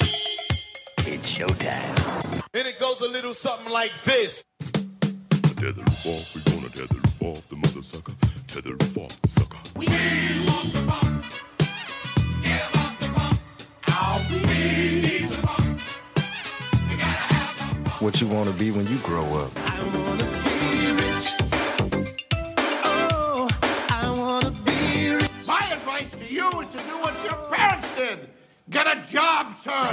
It's showtime. And it goes a little something like this. Tether roof off, we gonna tether roof off the mother sucker. Tether roof off the sucker. what you want to be when you grow up. My advice to you is to do what your parents did. Get a job, sir.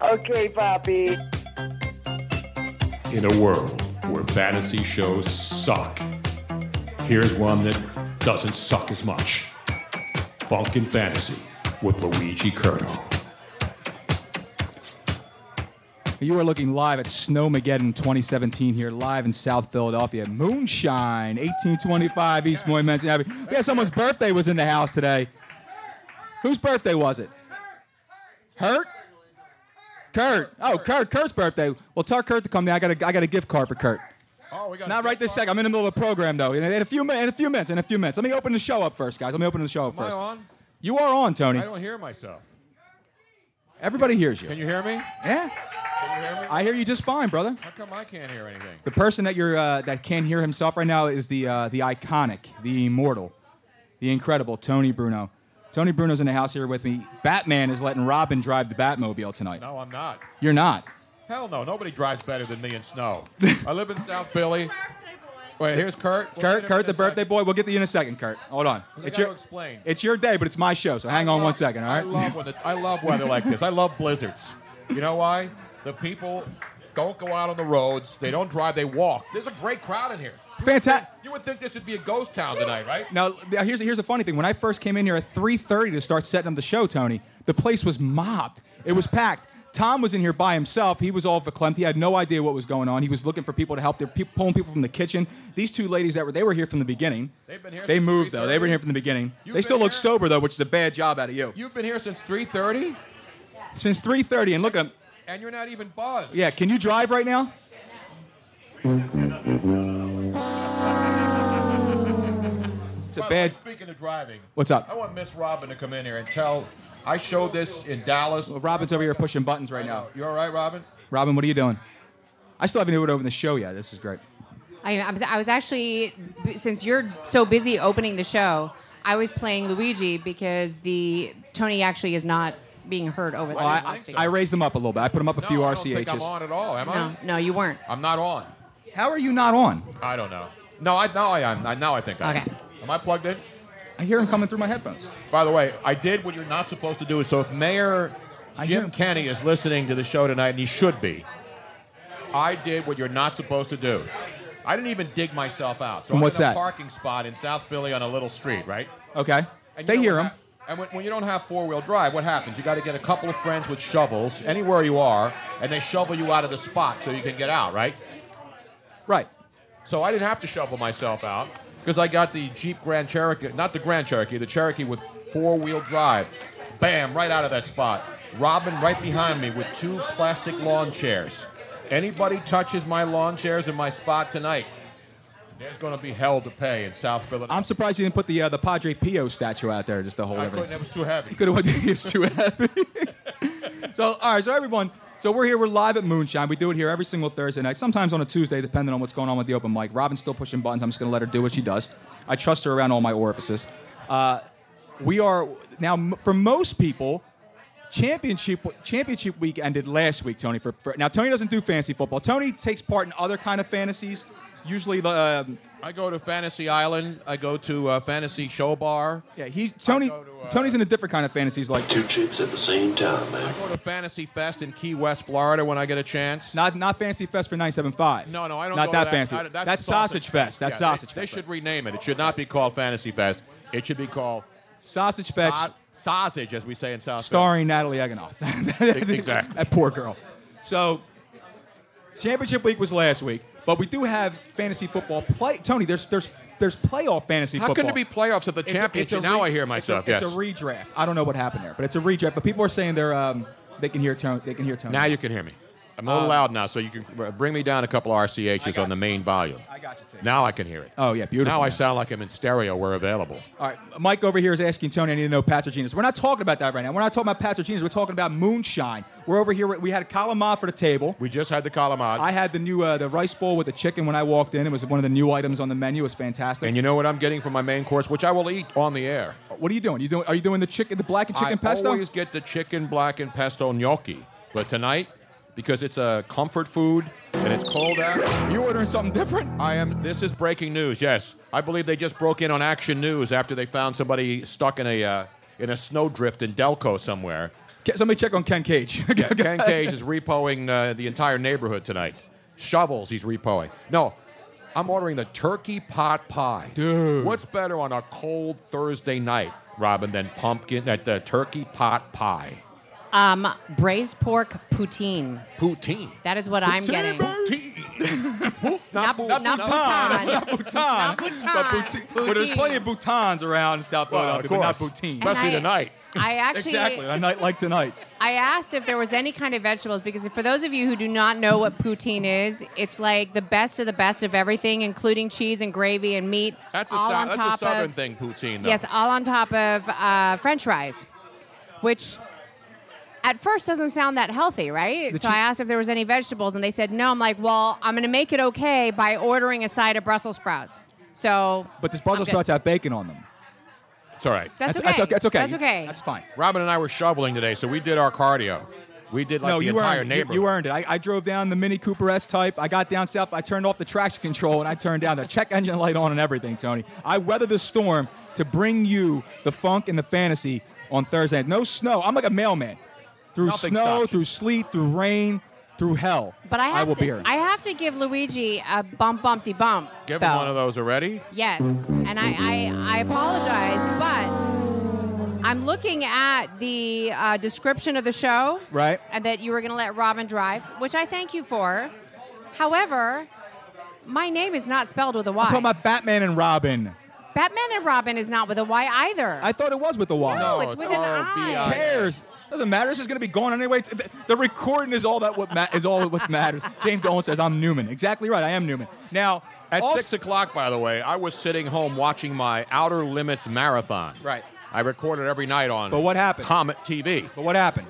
Okay, Poppy. In a world where fantasy shows suck, here's one that doesn't suck as much Funk and Fantasy with Luigi Curto. You are looking live at Snowmageddon 2017 here, live in South Philadelphia. Moonshine, 1825 East Moy Mansion Abbey. We had someone's birthday was in the house today. Whose birthday was it? Hurt? Kurt. Oh, Kurt. Kurt's birthday. Well, tell Kurt to come down. I got a, I got a gift card for Kurt. Oh, we got Not right this second. I'm in the middle of a program though. In a, in a few minutes. In a few minutes. In a few minutes. Let me open the show up first, guys. Let me open the show up Am I first. on? You are on, Tony. I don't hear myself. Everybody hears you. Can you hear me? Yeah. Can you hear me? I hear you just fine, brother. How come I can't hear anything? The person that you're uh, that can hear himself right now is the uh, the iconic, the immortal, the incredible Tony Bruno. Tony Bruno's in the house here with me. Batman is letting Robin drive the Batmobile tonight. No, I'm not. You're not. Hell no. Nobody drives better than me in snow. I live in South Philly. Wait, here's Kurt. We'll get him Kurt, Kurt, in the a second. birthday boy. We'll get to you in a second, Kurt. Hold on. I It's gotta your explain. it's your day, but it's my show, so hang on one second, all I right? love when the, I love weather like this. I love blizzards. You know why? The people don't go out on the roads. They don't drive. They walk. There's a great crowd in here. Fantastic. You would think this would be a ghost town tonight, right? Now, th- here's here's a funny thing. When I first came in here at 3:30 to start setting up the show, Tony, the place was mobbed. It was packed. Tom was in here by himself. He was all verklempt. He had no idea what was going on. He was looking for people to help. They're pe- pulling people from the kitchen. These two ladies that were they were here from the beginning. They've been here They since moved though. They were 3:30. here from the beginning. You've they still been look here? sober though, which is a bad job out of you. You've been here since 3:30, Since 3:30 and look at 'em. and you're not even buzzed. Yeah, can you drive right now? It's a By the way, bad. Speaking of driving, What's up? I want Miss Robin to come in here and tell. I showed this in Dallas. Well, Robin's over here pushing buttons I right now. know. You all right, Robin? Robin, what are you doing? I still haven't even opened the show yet. This is great. I, I, was, I was actually, b- since you're so busy opening the show, I was playing Luigi because the Tony actually is not being heard over Well, I- the I- loudspeaker. I raised them up a little bit. I put them up a no, few I don't think I'm RCHs. on at all, am I? no, no, you weren't. I'm not on. How are you not on? I don't know. No, I now I am. I- Now I think I am. Okay. Am I plugged in? I hear them coming through my headphones. By the way, I did what you're not supposed to do. So if Mayor I Jim hear- Kenny is listening to the show tonight, and he should be, I did what you're not supposed to do. I didn't even dig myself out. So And I'm what's in a that? parking spot in South Philly on a little street, right? Okay. And you They know hear what them. hap- and when, when you don't have four wheel drive, what happens? You got to get a couple of friends with shovels anywhere you are, and they shovel you out of the spot so you can get out, right? Right. So I didn't have to shovel myself out because I got the Jeep Grand Cherokee, not the Grand Cherokee, the Cherokee with four wheel drive. Bam, right out of that spot. Robin right behind me with two plastic lawn chairs. Anybody touches my lawn chairs in my spot tonight, there's going to be hell to pay in South Philadelphia. I'm surprised you didn't put the uh, the Padre Pio statue out there just to hold I couldn't, everything. that was too heavy. Could have went it's too heavy. so all right, so everyone, so we're here. We're live at Moonshine. We do it here every single Thursday night. Sometimes on a Tuesday, depending on what's going on with the open mic. Robin's still pushing buttons. I'm just gonna let her do what she does. I trust her around all my orifices. Uh, we are now m- for most people championship championship week ended last week, Tony. For, for now, Tony doesn't do fantasy football. Tony takes part in other kind of fantasies. Usually, the um, I go to Fantasy Island. I go to uh, Fantasy Show Bar. yeah, he's Tony. go to, uh, Tony's in a different kind of fantasies, like Two trips at the same time, man. I go to Fantasy Fest in Key West, Florida, when I get a chance. not not fantasy fest for 975. No, no, I don't. Not go that to fancy. I- that's, sausage fest. That's Yeah, they- sausage They, fest. should rename it. It should not be called Fantasy Fest. It should be called sausage fest. Sa- Sausage, as we say in South. Philly. starring Natalie Eganoff. Exactly. That poor girl. So, championship week was last week, but we do have fantasy football play. Tony, there's there's there's playoff fantasy How can football. it be playoffs if the It's a- championship? it's a now I re- hear myself. yes. It's a, it's a redraft. I don't know what happened there, but it's a redraft. But people are saying they're um, they can hear Tony. They can hear Tony. Um, now you can hear me. I'm a little loud now, so you can uh, bring me down a couple RCHs on the main volume. I got you. Sam. Now I can hear it. Oh yeah, beautiful. now I man. sound like I'm in stereo. We're available. All right, Mike over here is asking Tony. I need to know Patrogenius. We're not talking about that right now. We're not talking about Patrogenius. We're talking about moonshine. We're over here. We had Kalama for the table. We just had the Kalamaz. I had the new uh, the rice bowl with the chicken when I walked in. It was one of the new items on the menu. It was fantastic. and you know what I'm getting for my main course, which I will eat on the air. what are you doing? You doing? Are you doing the chicken, the black and chicken I pesto? always get the chicken black and pesto gnocchi, but tonight, because it's a comfort food and it's cold out, you ordering something different? I am. This is breaking news. Yes, I believe they just broke in on Action News after they found somebody stuck in a uh, in a snowdrift in Delco somewhere. Ke- Somebody check on Ken Cage. Ken Cage is repoing uh, the entire neighborhood tonight. Shovels, he's repoing. No, I'm ordering the turkey pot pie. Dude. What's better on a cold Thursday night, Robin, than pumpkin, that uh, turkey pot pie? Um, braised pork poutine. Poutine. That is what I'm getting. Poutine. Not- pout- not Bhutan. Bhutan. not Bhutan. Not Bhutan. But Bhutan- Well, there's Poutine. plenty of Boutans around South Well, Philadelphia, of but not course. Bhutan. And Especially I- tonight. I actually Exactly. A night like tonight. I asked if there was any kind of vegetables because for those of you who do not know what poutine is, it's like the best of the best of everything, including cheese and gravy and meat, That's a, all sou- on that's a top southern of thing, poutine. Though. yes, all on top of uh, French fries, which at first doesn't sound that healthy, right? The so chee- I asked if there was any vegetables, and they said no. I'm like, well, I'm going to make it okay by ordering a side of Brussels sprouts. So, But this Brussels Okay. sprouts have bacon on them. It's all right. That's That's okay. okay. That's okay. That's okay. That's fine. Robin and I were shoveling today, so we did our cardio. We did like no, the you entire earned, you- neighborhood. You, earned it. I, I drove down the Mini Cooper S type. I got down south. I turned off the traction control and I turned down the check engine light on and everything, Tony. I weathered the storm to bring you the funk and the fantasy on Thursday. night. No snow. I'm like a mailman. Through Nothing snow, stops you. through sleet, through rain, through hell. but I have will to, be here. I have to give Luigi a bump, bumpty bump. Give though. him one of those already. Yes, and I, I, I apologize, but I'm looking at the uh, description of the show, Right. And that you were going to let Robin drive, which I thank you for. However, my name is not spelled with a Y. I'm talking about Batman and Robin. Batman and Robin is not with a Y either. I thought it was with the Y. no, it's, it's with an R-B-I. I. Who cares? Doesn't matter. This is going to be gone anyway. The, the recording is all that what ma- is all what matters. James Dolan says I'm Newman. Exactly right. I am Newman. Now At also- six o'clock, by the way, I was sitting home watching my Outer Limits marathon. Right. I recorded every night on. But what happened? Comet TV. But what happened?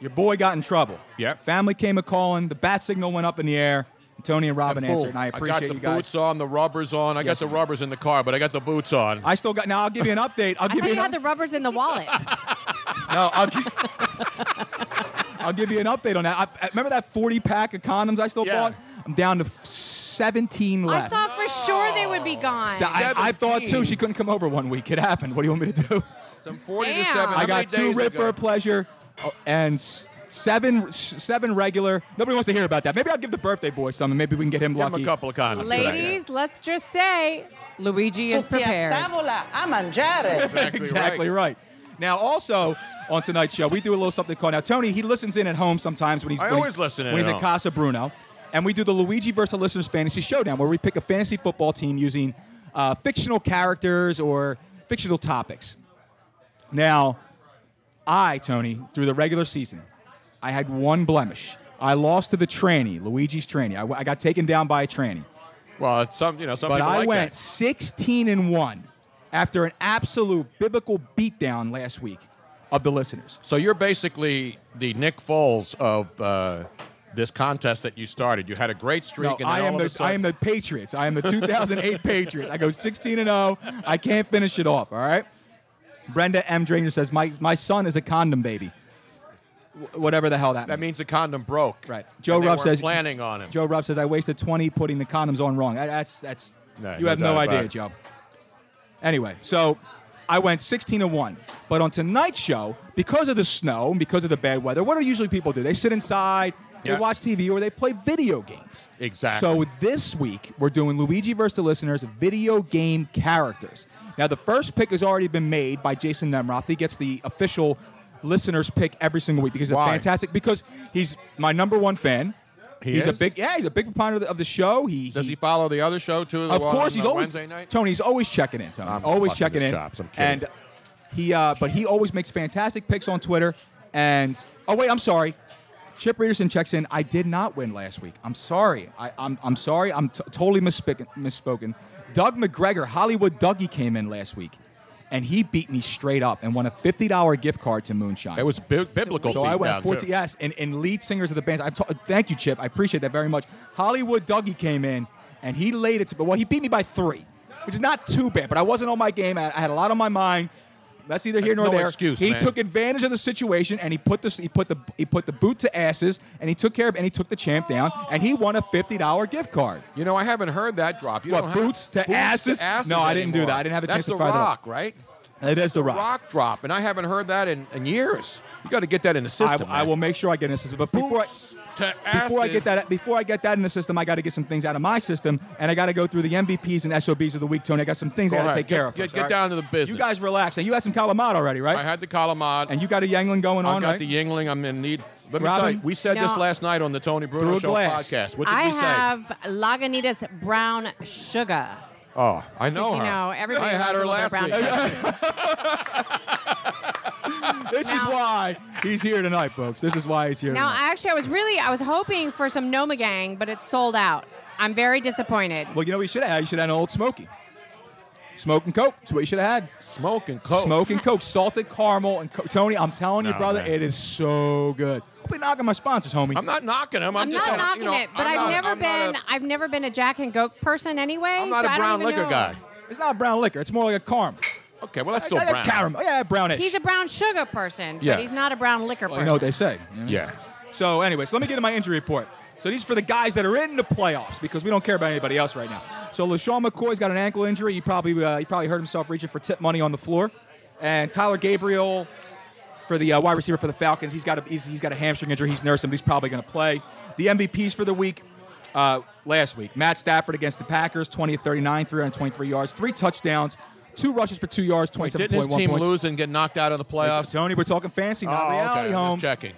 Your boy got in trouble. Yep. Family came a calling. The bat signal went up in the air. And Tony and Robin answered, and I got appreciate the you guys. boots on, the rubbers on. I Yes, got you the did. rubbers in the car, but I got the boots on. I still got. Now I'll give you an update. I'll I give thought you you an had the rubbers in the wallet. no. I'll, gi- I'll give you an update on that. I, I- remember that 40 pack of condoms I still Yeah. bought? I'm down to f- 17 I left. thought for sure they would be gone. So I, I thought too. 17. She couldn't come over one week. It happened. What do you want me to do? Some forty to Damn. seven. I How I many got two days rip ago? for pleasure, oh, and s- seven s- seven regular. Nobody wants to hear about that. Maybe I'll give the birthday boy some, and maybe we can get him Give 'em lucky. a couple of condoms. today. Ladies, let's just say Luigi is prepared. Exactly, exactly right. right. Now, also on tonight's show, we do a little something called now. Tony he listens in at home sometimes when he's I when always he's, listen in when at he's home. Casa Bruno, and we do the Luigi versus the listeners fantasy showdown where we pick a fantasy football team using uh, fictional characters or fictional topics. Now, I Tony through the regular season, I had one blemish. I lost to the tranny, Luigi's tranny. I, w- I got taken down by a tranny Well, it's some you know some but people I like went that. 16 and one after an absolute biblical beatdown last week of the listeners. So you're basically the Nick Foles of uh, this contest that you started. You had a great streak, No, and then I am all of a the sudden, I am the Patriots. I am the 2008 Patriots. I go 16 and 0. I can't finish it off. All right. Brenda M. Dranger says my my son is a condom baby. wh- whatever the hell that, That means. means the condom broke. Right. And Joe they Ruff were says planning on him. Joe Ruff says I wasted 20 putting the condoms on wrong. That- That's that's No, you no have no doubt about idea, it. Joe. Anyway, so I went 16 to 1. But on tonight's show, because of the snow and because of the bad weather, what do usually people do? They sit inside, Yeah. they watch TV, or they play video games. Exactly. So this week, we're doing Luigi versus the listeners video game characters. Now, the first pick has already been made by Jason Nemroth. He gets the official listeners pick every single week because it's Why? fantastic. Because he's my number one fan. He he's a is? big yeah. He's a big proponent of the, of the show. He, Does he follow the other show too? the of one course, on he's the always Wednesday night. Tony's always checking in. Tony, I'm always fucking checking his in. chops, I'm kidding. and he, uh, but he always makes fantastic picks on Twitter. And oh wait, I'm sorry. Chip Readerson checks in. I did not win last week. I'm sorry. I, I'm, I'm sorry. I'm t- totally misspoken, misspoken. Doug McGregor, Hollywood Dougie, came in last week, and he beat me straight up and won a $50 gift card to Moonshine. That was bi- biblical. So I went beatdown, 14. too. Yes, and, and lead singers of the bands. I ta- thank you, Chip. I appreciate that very much. Hollywood Dougie came in and he laid it to. Well, he beat me by three, which is not too bad. But I wasn't on my game. I, I had a lot on my mind. That's either here nor Uh, No there. excuse, he man. took advantage of the situation and he put this. He put the. He put the boot to asses and he took care of and he took the champ down and he won a fifty dollar gift card. You know, I haven't heard that drop. You What, don't have- boots to asses? No, I didn't do anymore. that. I didn't have a That's chance to the find out. Rock, right? It is the rock. Rock drop, and I haven't heard that in, in years. You got to get that in the I, system. I will make sure I get an assistant. But before I, before I get that before I get that in the system, I got to get some things out of my system, and I got to go through the MVPs and SOBs of the week, Tony. I got some things I got to ahead. take care Get- of. get- first, get all right? down to the business. You guys relax. And you had some calamari already, right? I had the Kalamad. and you got a Yangling going I've on, got right? the Yingling. I'm in need. Let me Robin? tell you, we said this No. last night on the Tony Through Bruno a Show glass. podcast. What did I we say? have Lagunitas brown sugar. oh, I know 'Cause, her. you know, everybody I loves had a her little bit last of brown week. sugar. this is Now- why he's here tonight, folks. This is why he's here. Now, tonight. I actually, I was really, I was hoping for some Nomagang, but it's sold out. I'm very disappointed. well, you know what you should have had? You should have had an old Smoky. Smoke and Coke. That's what you should have had. Smoke and coke. Smoke and Coke. Salted caramel and Coke. Tony, I'm telling you, No, brother, man. it is so good. I'll be knocking my sponsors, homie. I'm not knocking him. I'm, I'm just not telling- knocking you know, it, but I'm I've not- never I'm not a- been, I've never been a Jack and Coke person anyway. I'm not so a I don't brown even liquor know. guy. it's not brown liquor. It's more like a caramel. Okay, well that's Like still a brown. Caramel. Yeah, brownish. He's a brown sugar person, Yeah. but he's not a brown liquor Well, person. you know what they say. you know? Yeah. So, anyways, let me get to my injury report. So these are for the guys that are in the playoffs because we don't care about anybody else right now. So LaShawn McCoy's got an ankle injury. He probably uh, he probably hurt himself reaching for tip money on the floor. And Tyler Gabriel for the uh, wide receiver for the Falcons, he's got a he's, he's got a hamstring injury. He's nursing, but he's probably going to play. The MVPs for the week uh, last week: Matt Stafford against the Packers, 20 of 39, 323 yards, three touchdowns, two rushes for two yards, Wait, 27.1 didn't his team points. Uh, lose and get knocked out of the playoffs? Tony, we're talking fancy, not Oh, okay. reality, I'm just Holmes. Checking.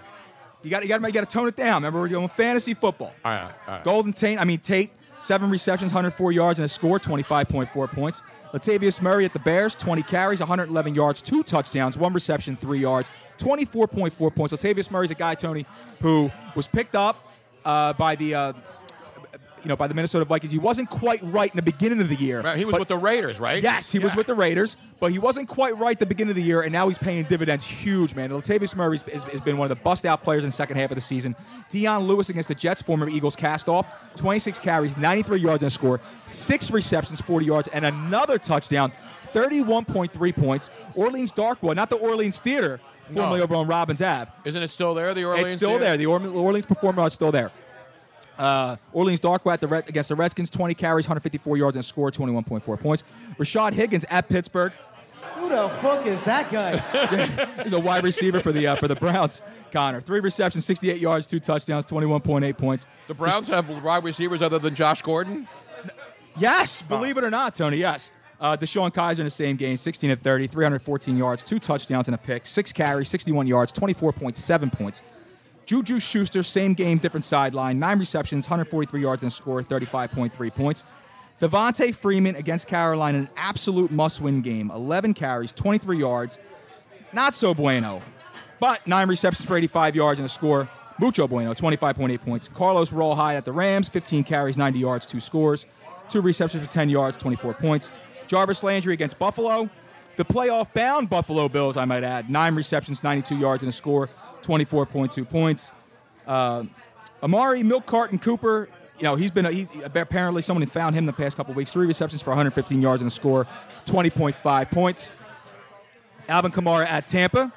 You got you got you got to tone it down. Remember, we're doing fantasy football. All right, all right. Golden Tate, I mean Tate, seven receptions, 104 yards, and a score, 25.4 points. Latavius Murray at the Bears, 20 carries, 111 yards, two touchdowns, one reception, three yards, 24.4 points. Latavius Murray's a guy, Tony, who was picked up uh, by the. Uh, you know, by the Minnesota Vikings, he wasn't quite right in the beginning of the year. Right, He was but- with the Raiders, right? Yes, he was Yeah. with the Raiders, but he wasn't quite right at the beginning of the year, and now he's paying dividends huge, man. Latavius Murray has, has been one of the bust out players in the second half of the season. Deion Lewis against the Jets, former Eagles cast off, 26 carries, 93 yards and a score, six receptions, 40 yards, and another touchdown, 31.3 points. Orleans Darkwood, not the Orleans Theater, formerly No. over on Robbins Ave. Isn't it still there? The Orleans. It's still Theater? there. The Orme- Orleans performer is still there. Uh, Orleans Darkwat at the Red, against the Redskins, 20 carries, 154 yards, and a score 21.4 points. Rashad Higgins at Pittsburgh. Who the fuck is that guy? He's a wide receiver for the uh, for the Browns. Connor, three receptions, 68 yards, two touchdowns, 21.8 points. The Browns have wide receivers other than Josh Gordon. Yes, believe it or not, Tony. Yes. Uh, Deshaun Kaiser in the same game, 16 of 30, 314 yards, two touchdowns and a pick, six carries, 61 yards, 24.7 points. Juju Schuster, same game, different sideline, nine receptions, 143 yards and a score, 35.3 points. Devontae Freeman against Carolina, an absolute must-win game, 11 carries, 23 yards, not so bueno, but nine receptions for 85 yards and a score. Mucho bueno, 25.8 points. Carlos Rollhide at the Rams, 15 carries, 90 yards, two scores, two receptions for 10 yards, 24 points. Jarvis Landry against Buffalo, the playoff bound Buffalo Bills, I might add, nine receptions, 92 yards and a score, 24.2 points. Uh, Amari Milk Carton Cooper, you know, he's been, he, apparently someone had found him the past couple weeks, three receptions for 115 yards and a score, 20.5 points. Alvin Kamara at Tampa.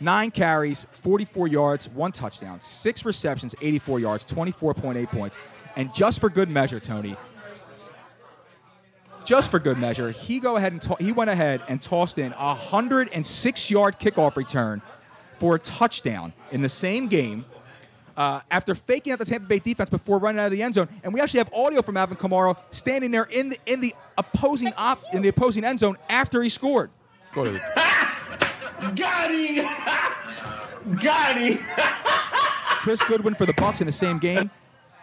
Nine carries, 44 yards, one touchdown, six receptions, 84 yards, 24.8 points. And just for good measure, Tony, just for good measure, he go ahead and to- he went ahead and tossed in a 106 yard kickoff return for a touchdown in the same game. Uh, after faking out the Tampa Bay defense before running out of the end zone, and we actually have audio from Alvin Kamara standing there in the in the opposing op- in the opposing end zone after he scored. Go ahead. Got him! Got him! Chris Goodwin for the Bucks in the same game.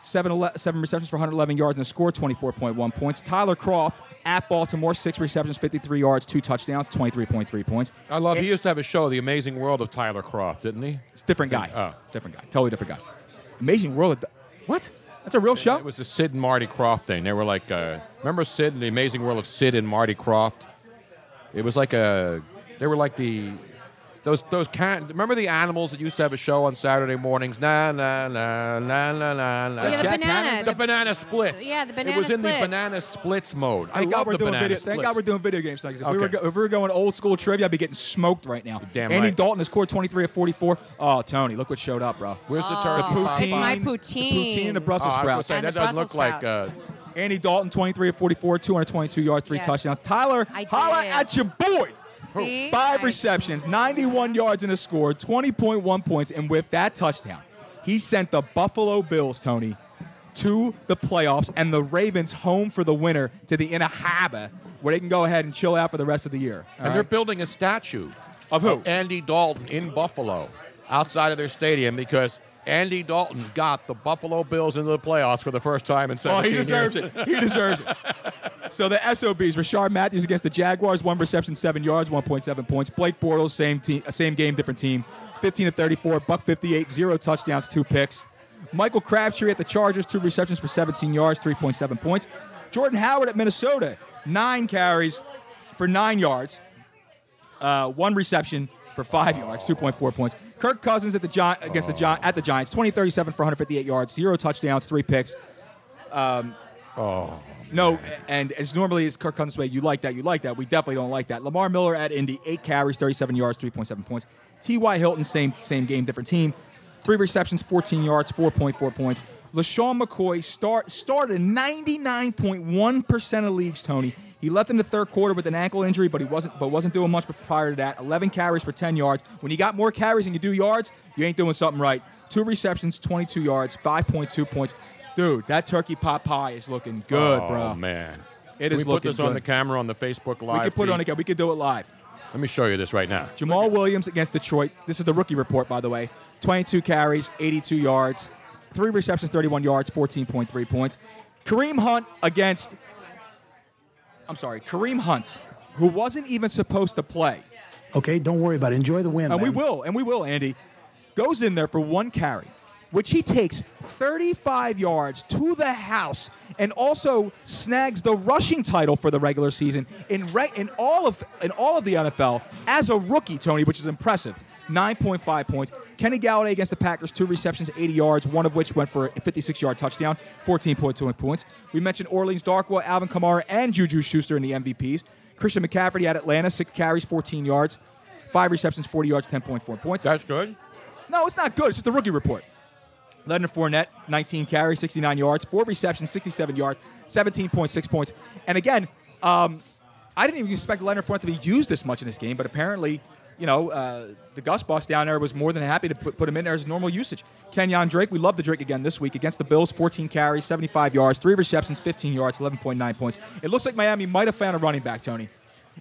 Seven, ele- seven receptions for 111 yards and a score, 24.1 points. Tyler Croft at Baltimore, six receptions, 53 yards, two touchdowns, 23.3 points. I love. he used to have a show, The Amazing World of Tyler Croft, didn't he? It's a different guy. Oh, different guy. Totally different guy. Amazing World. Of, what? That's a real show. It was the Sid and Marty Croft thing. They were like, uh, remember Sid and The Amazing World of Sid and Marty Croft? It was like a. They were like the. Those those can remember the animals that used to have a show on Saturday mornings? Na na na na na na na. Yeah, the Jack banana- Hannon? The banana splits. Yeah, the It banana was in the splits. banana splits mode. I love Thank God we're the doing banana video. splits. Thank God we're doing video games. Like this. if, we were Okay. go- if we were going old school trivia, I'd be getting smoked right now. Damn Andy right. Dalton has scored 23 of 44. Oh, Tony, look what showed up, bro. Where's the the Oh, turkey poutine? pot? It's my The poutine and the Brussels Oh, I was gonna sprouts. say, And that the doesn't Brussels look like, uh, sprouts. Andy Dalton, 23 of 44, 222 yards, three Yes. touchdowns. Tyler, I holla did. at your boy. See? Five receptions, 91 yards and a score, 20.1 points, and with that touchdown, he sent the Buffalo Bills, Tony, to the playoffs and the Ravens home for the winner to the Inahaba, where they can go ahead and chill out for the rest of the year. And they're building a statue of who? Andy Dalton in Buffalo, outside of their stadium, because Andy Dalton got the Buffalo Bills into the playoffs for the first time in Oh, 17 he deserves years. it. He deserves it. So the SOBs: Rashard Matthews against the Jaguars, one reception, seven yards, 1.7 points. Blake Bortles, same team, uh, same game, different team, 15 to 34, buck 58, zero touchdowns, two picks. Michael Crabtree at the Chargers, two receptions for 17 yards, 3.7 points. Jordan Howard at Minnesota, nine carries for nine yards, uh, one reception for five yards, 2.4 points. Kirk Cousins at the Gi- against the Gi- at the Giants, 20 37 for 158 yards, zero touchdowns, three picks. Um, oh. No, and as normally as Kirk Cousins' way, you like that, you like that. We definitely don't like that. Lamar Miller at Indy, eight carries, 37 yards, 3.7 points. T.Y. Hilton, same same game, different team. Three receptions, 14 yards, 4.4 points. LaShawn McCoy start started 99.1% of leagues, Tony. He left in the third quarter with an ankle injury, but he wasn't but wasn't doing much prior to that. 11 carries for 10 yards. When you got more carries and you do yards, you ain't doing something right. Two receptions, 22 yards, 5.2 points. Dude, that turkey pot pie is looking good, oh, bro. man. It Can is we put looking this on good. the camera on the Facebook Live? we can put it on feed? again. We can do it live. Let me show you this right now. Jamal Williams against Detroit. This is the rookie report, by the way. 22 carries, 82 yards, three receptions, 31 yards, 14.3 points. Kareem Hunt against, I'm sorry, Kareem Hunt, who wasn't even supposed to play. Okay, don't worry about it. Enjoy the win. And we man. will, and we will, Andy. Goes in there for one carry, which he takes 35 yards to the house and also snags the rushing title for the regular season in re- in all of in all of the NFL as a rookie, Tony, which is impressive. 9.5 points. Kenny Galladay against the Packers, two receptions, 80 yards, one of which went for a 56-yard touchdown, 14.2 points. We mentioned Orleans Darkwa, Alvin Kamara, and Juju Schuster in the MVPs. Christian McCaffrey at Atlanta, six carries, 14 yards. Five receptions, 40 yards, 10.4 points. That's good. No, it's not good. It's just a rookie report. Leonard Fournette, 19 carries, 69 yards, four receptions, 67 yards, 17.6 points. And again, um, I didn't even expect Leonard Fournette to be used this much in this game, but apparently, you know, uh, the Gus boss down there was more than happy to put, put him in there as normal usage. Kenyon Drake, we love the Drake again this week against the Bills, 14 carries, 75 yards, three receptions, 15 yards, 11.9 points. It looks like Miami might have found a running back, Tony.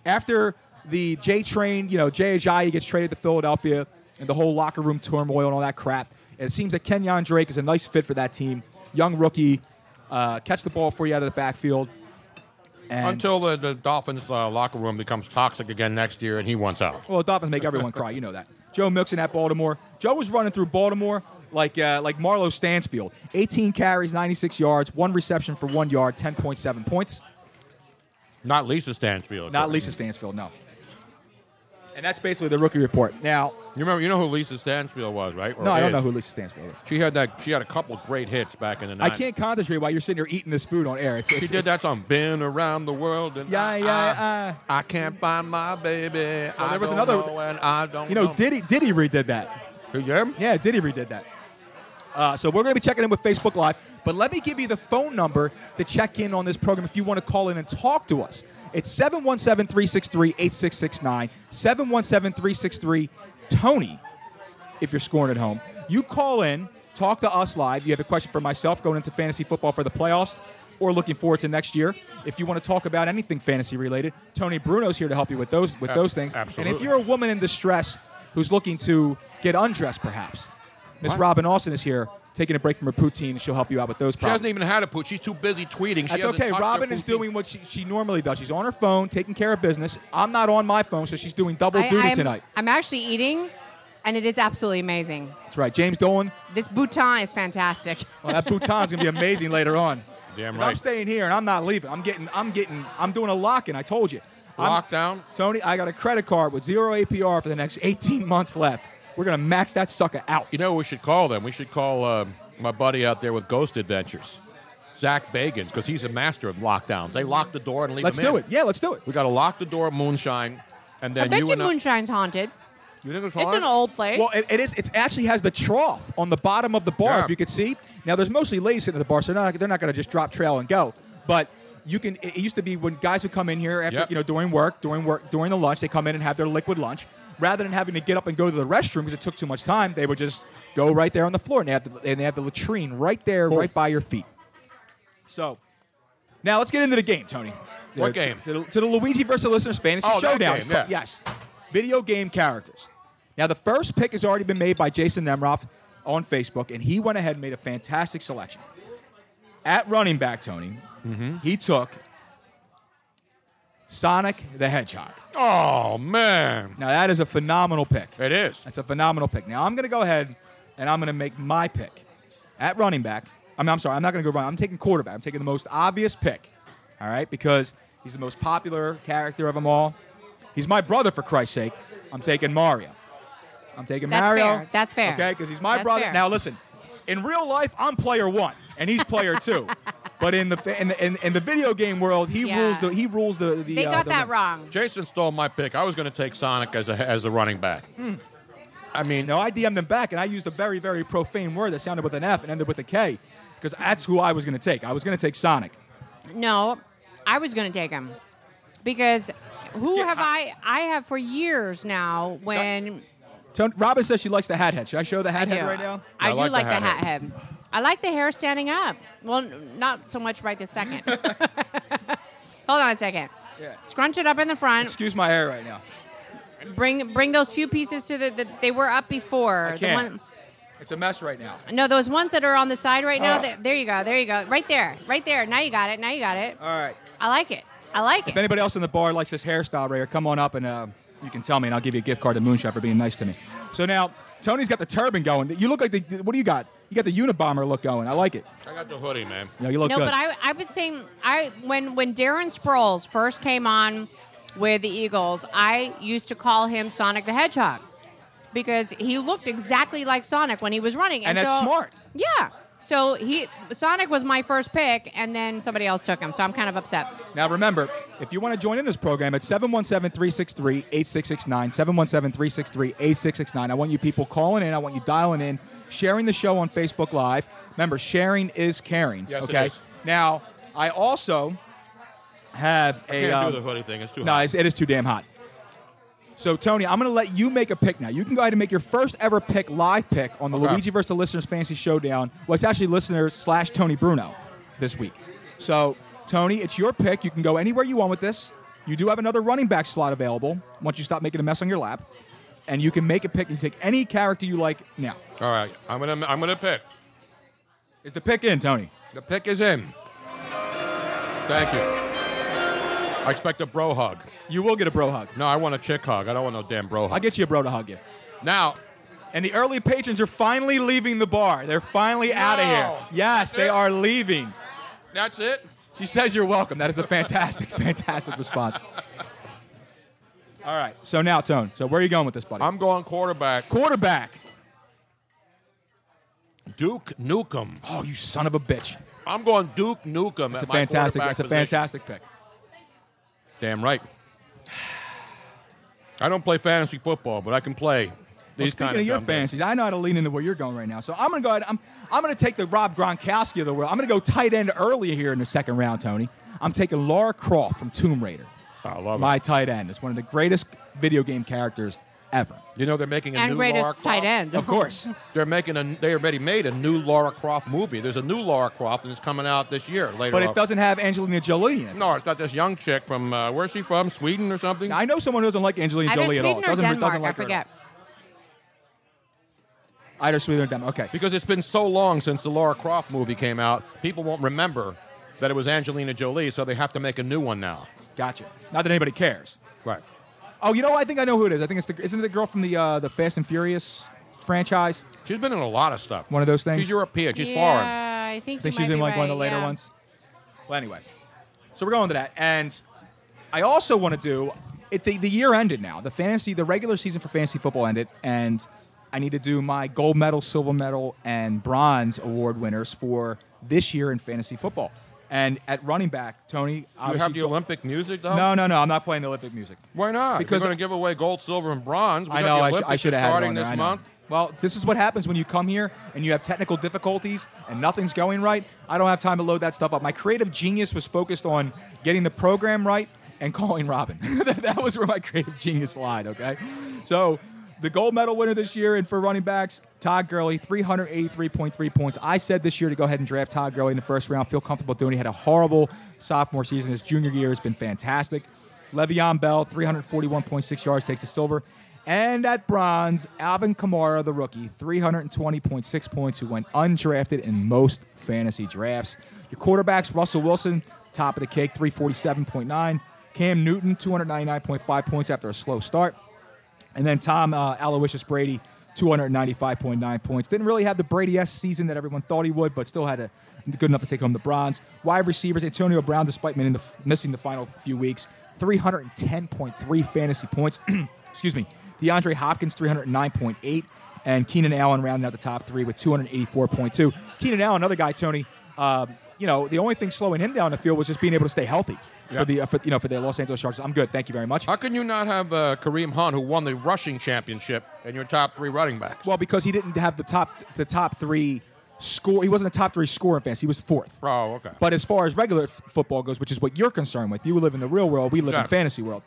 After the J train, you know, Jay Ajayi gets traded to Philadelphia and the whole locker room turmoil and all that crap. It seems that Kenyon Drake is a nice fit for that team. Young rookie, uh, catch the ball for you out of the backfield. And Until the, the Dolphins uh, locker room becomes toxic again next year and he wants out. Well, Dolphins make everyone cry. You know that. Joe Mixon at Baltimore. Joe was running through Baltimore like uh, like Marlo Stansfield. 18 carries, 96 yards, one reception for one yard, 10.7 points. Not Lisa Stansfield. Not Lisa Stansfield, no. And that's basically the rookie report. Now, You remember? You know who Lisa Stansfield was, right? No, I don't know who Lisa Stansfield is. She had that. She had a couple great hits back in the I 90s. can't concentrate while you're sitting here eating this food on air. It's, She it's- did that song, "Been Around the World." And Yeah, I, yeah, uh. I, I can't find my baby. Well, I there was don't another- know and I don't You know, know. Diddy Diddy redid that. Yeah, yeah, Diddy redid that. Uh, so we're going to be checking in with Facebook Live, but let me give you the phone number to check in on this program if you want to call in and talk to us. It's 717-363-8669, 717-363-TONY if you're scoring at home. You call in, talk to us live. You have a question for myself going into fantasy football for the playoffs or looking forward to next year. If you want to talk about anything fantasy related, Tony Bruno's here to help you with those with Ab- those things. And if absolutely. you're a woman in distress who's looking to get undressed perhaps, Miss What? Robin Austin is here taking a break from her poutine and she'll help you out with those She hasn't problems. even had a put. She's too busy tweeting. She That's hasn't okay. touched her Robin is poutine. doing what she, she normally does. She's on her phone, taking care of business. I'm not on my phone, so she's doing double I- duty I'm- tonight. I'm actually eating, and it is absolutely amazing. That's right. James Dolan, This bouton is fantastic. Well, that Bhutan's gonna be amazing later on. Damn 'Cause I'm right. staying here and I'm not leaving. I'm getting, I'm getting, I'm doing a lock-in. I told you. Lockdown? Tony, I got a credit card with zero APR for the next 18 months left. We're gonna max that sucker out. You know, what we should call them. We should call uh, my buddy out there with Ghost Adventures, Zach Bagans, because he's a master of lockdowns. They lock the door and leave. Let's them do in. it. Yeah, let's do it. We got to lock the door, moonshine, and I then bet you you and I- moonshine's haunted. You think it's It's an old place. Well, it, it is. It actually has the trough on the bottom of the bar. Yeah. If you could see. Now, there's mostly ladies sitting at the bar, so they're not, they're not going to just drop trail and go. But you can. It it used to be when guys would come in here after Yep. you know during work, during work, during the lunch, they come in and have their liquid lunch. Rather than having to get up and go to the restroom because it took too much time, they would just go right there on the floor, and they have the, and they have the latrine right there, right by your feet. So, now let's get into the game, Tony. What Uh, to- game? To, the, to the Luigi versus listeners fantasy Oh, that showdown. game, yeah. Yes, video game characters. Now the first pick has already been made by Jason Nemroff on Facebook, and he went ahead and made a fantastic selection at running back. Tony, Mm-hmm. he took Sonic the Hedgehog. Oh man, Now that is a phenomenal pick. it is. That's a phenomenal pick. Now I'm going to go ahead and I'm going to make my pick at running back. I mean, I'm sorry, I'm not going to go running. I'm taking quarterback. I'm taking the most obvious pick. All right, because he's the most popular character of them all. He's my brother, for Christ's sake. I'm taking Mario. I'm taking That's Mario. fair. That's fair. Okay, because he's my That's brother. fair. Now listen, in real life, I'm player one and he's player two. But in the fa- in the, in, in the video game world, he Yeah. rules the he rules the. the they uh, got the- that wrong. Jason stole my pick. I was going to take Sonic as a as a running back. I mean, No, I DM'd him back, and I used a very, very profane word that sounded with an F and ended with a K, because that's who I was going to take. I was going to take Sonic. No, I was going to take him because who have I? I have for years now. When Tony, Robin says she likes the hat head. Should I show the I hat do, head right now? I, I do like like, the the hat hat, head. head. I like the hair standing up. Well, n- not so much right this second. Hold on a second. Yeah. Scrunch it up in the front. Excuse my hair right now. Bring bring those few pieces to the, the they were up before. I The can't. one, It's a mess right now. no, those ones that are on the side right now. Oh. th- there you go. There you go. Right there. Right there. Now you got it. Now you got it. All right. I like it. I like If it. anybody else in the bar likes this hairstyle right here, come on up and uh, you can tell me, and I'll give you a gift card to Moonshot for being nice to me. So now, Tony's got the turban going. You look like the, what do you got? You got the Unabomber look going. I like it. I got the hoodie, man. Yeah, you look no, Oh, good. but I I would say I when when Darren Sproles first came on with the Eagles, I used to call him Sonic the Hedgehog because he looked exactly like Sonic when he was running. And that's so- smart. Yeah. So he Sonic was my first pick, and then somebody else took him. So I'm kind of upset. Now, remember, if you want to join in this program, it's 717 363 8669. 717 363 8669. I want you people calling in. I want you dialing in, sharing the show on Facebook Live. Remember, sharing is caring. Yes, it okay? is. Now, I also have I a. can't um, do the hoodie thing. It's too no, hot. it's, it is too damn hot. So, Tony, I'm going to let you make a pick now. You can go ahead and make your first ever pick, live pick, on the Okay. Luigi versus the Listeners Fantasy Showdown. Well, it's actually listeners slash Tony Bruno this week. So, Tony, it's your pick. You can go anywhere you want with this. You do have another running back slot available once you stop making a mess on your lap. And you can make a pick. You take any character you like now. All right, I'm gonna I'm gonna pick. Is the pick in, Tony? The pick is in. Thank you. I expect a bro hug. You will get a bro hug. No, I want a chick hug. I don't want no damn bro hug. I'll get you a bro to hug you. now. And the early patrons are finally leaving the bar. They're finally out of No. here. Yes, they are leaving. That's it. She says you're welcome. That is a fantastic, fantastic response. All right. So now, Tone. So where are you going with this, buddy? I'm going quarterback. Quarterback. Duke Nukem. Oh, you son of a bitch. I'm going Duke Nukem. That's at a my fantastic. quarterback That's a position. fantastic pick. Damn right. I don't play fantasy football, but I can play Well, these speaking kind of your dumb games. fantasies, I know how to lean into where you're going right now. So I'm going to go ahead. I'm I'm going to take the Rob Gronkowski of the world. I'm going to go tight end early here in the second round, Tony. I'm taking Laura Croft from Tomb Raider. I love my tight end. It's one of the greatest video game characters ever. You know they're making a And new greatest Lara Croft. tight end. Of course. they're making a. They already made a new Lara Croft movie. There's a new Lara Croft, and it's coming out this year later. But on. it doesn't have Angelina Jolie in it. No, it's got this young chick from uh, where's she from? Sweden or something? I know someone who doesn't like Angelina Either Jolie at all. Sweden or Doesn't, Denmark, doesn't like I forget. Her at all. Either Sweden or Denmark. Okay. Because it's been so long since the Lara Croft movie came out, people won't remember that it was Angelina Jolie, so they have to make a new one now. Gotcha. Not that anybody cares. Right. Oh, you know, what? I think I know who it is. I think it's the isn't it the girl from the uh, the Fast and Furious franchise? She's been in a lot of stuff. One of those things. She's European. She's foreign. Yeah, I think, I think you she's might in be like one of the right, later yeah. ones. Well, anyway, so we're going to that, and I also want to do it. The, the year ended now. The fantasy, the regular season for fantasy football ended, and I need to do my gold medal, silver medal, and bronze award winners for this year in fantasy football. And at running back, Tony, You obviously, have the Olympic music though. no, no, no, I'm not playing the Olympic music. Why not? Because Because- we're going to give away gold, silver, and bronze. We I got know. the I, sh- I Olympics should have had it starting on there, this I know. month. Well, this is what happens when you come here and you have technical difficulties and nothing's going right. I don't have time to load that stuff up. My creative genius was focused on getting the program right and calling Robin. that that was where my creative genius lied. Okay, so. The gold medal winner this year and for running backs, Todd Gurley, 383.3 points. I said this year to go ahead and draft Todd Gurley in the first round. Feel comfortable doing it. He had a horrible sophomore season. His junior year has been fantastic. Le'Veon Bell, 341.6 yards, takes the silver. And at bronze, Alvin Kamara, the rookie, 320.6 points, who went undrafted in most fantasy drafts. Your quarterbacks, Russell Wilson, top of the cake, 347.9. Cam Newton, 299.5 points after a slow start. And then Tom uh, Aloysius Brady, 295.9 points. Didn't really have the Brady S season that everyone thought he would, but still had a good enough to take home the bronze. Wide receivers, Antonio Brown, despite min- the, missing the final few weeks, 310.3 fantasy points. Excuse me. DeAndre Hopkins, 309.8. And Keenan Allen rounding out the top three with 284.2. Keenan Allen, another guy, Tony. Um, you know, the only thing slowing him down the field was just being able to stay healthy Yeah. for the uh, for, you know for the Los Angeles Sharks. I'm good, thank you very much. How can you not have uh, Kareem Hunt, who won the rushing championship, and your top three running backs? Well, because he didn't have the top the top three score. He wasn't a top three scorer in fantasy. He was fourth. Oh, okay. But as far as regular f- football goes, which is what you're concerned with, you live in the real world. We live in Exactly. fantasy world.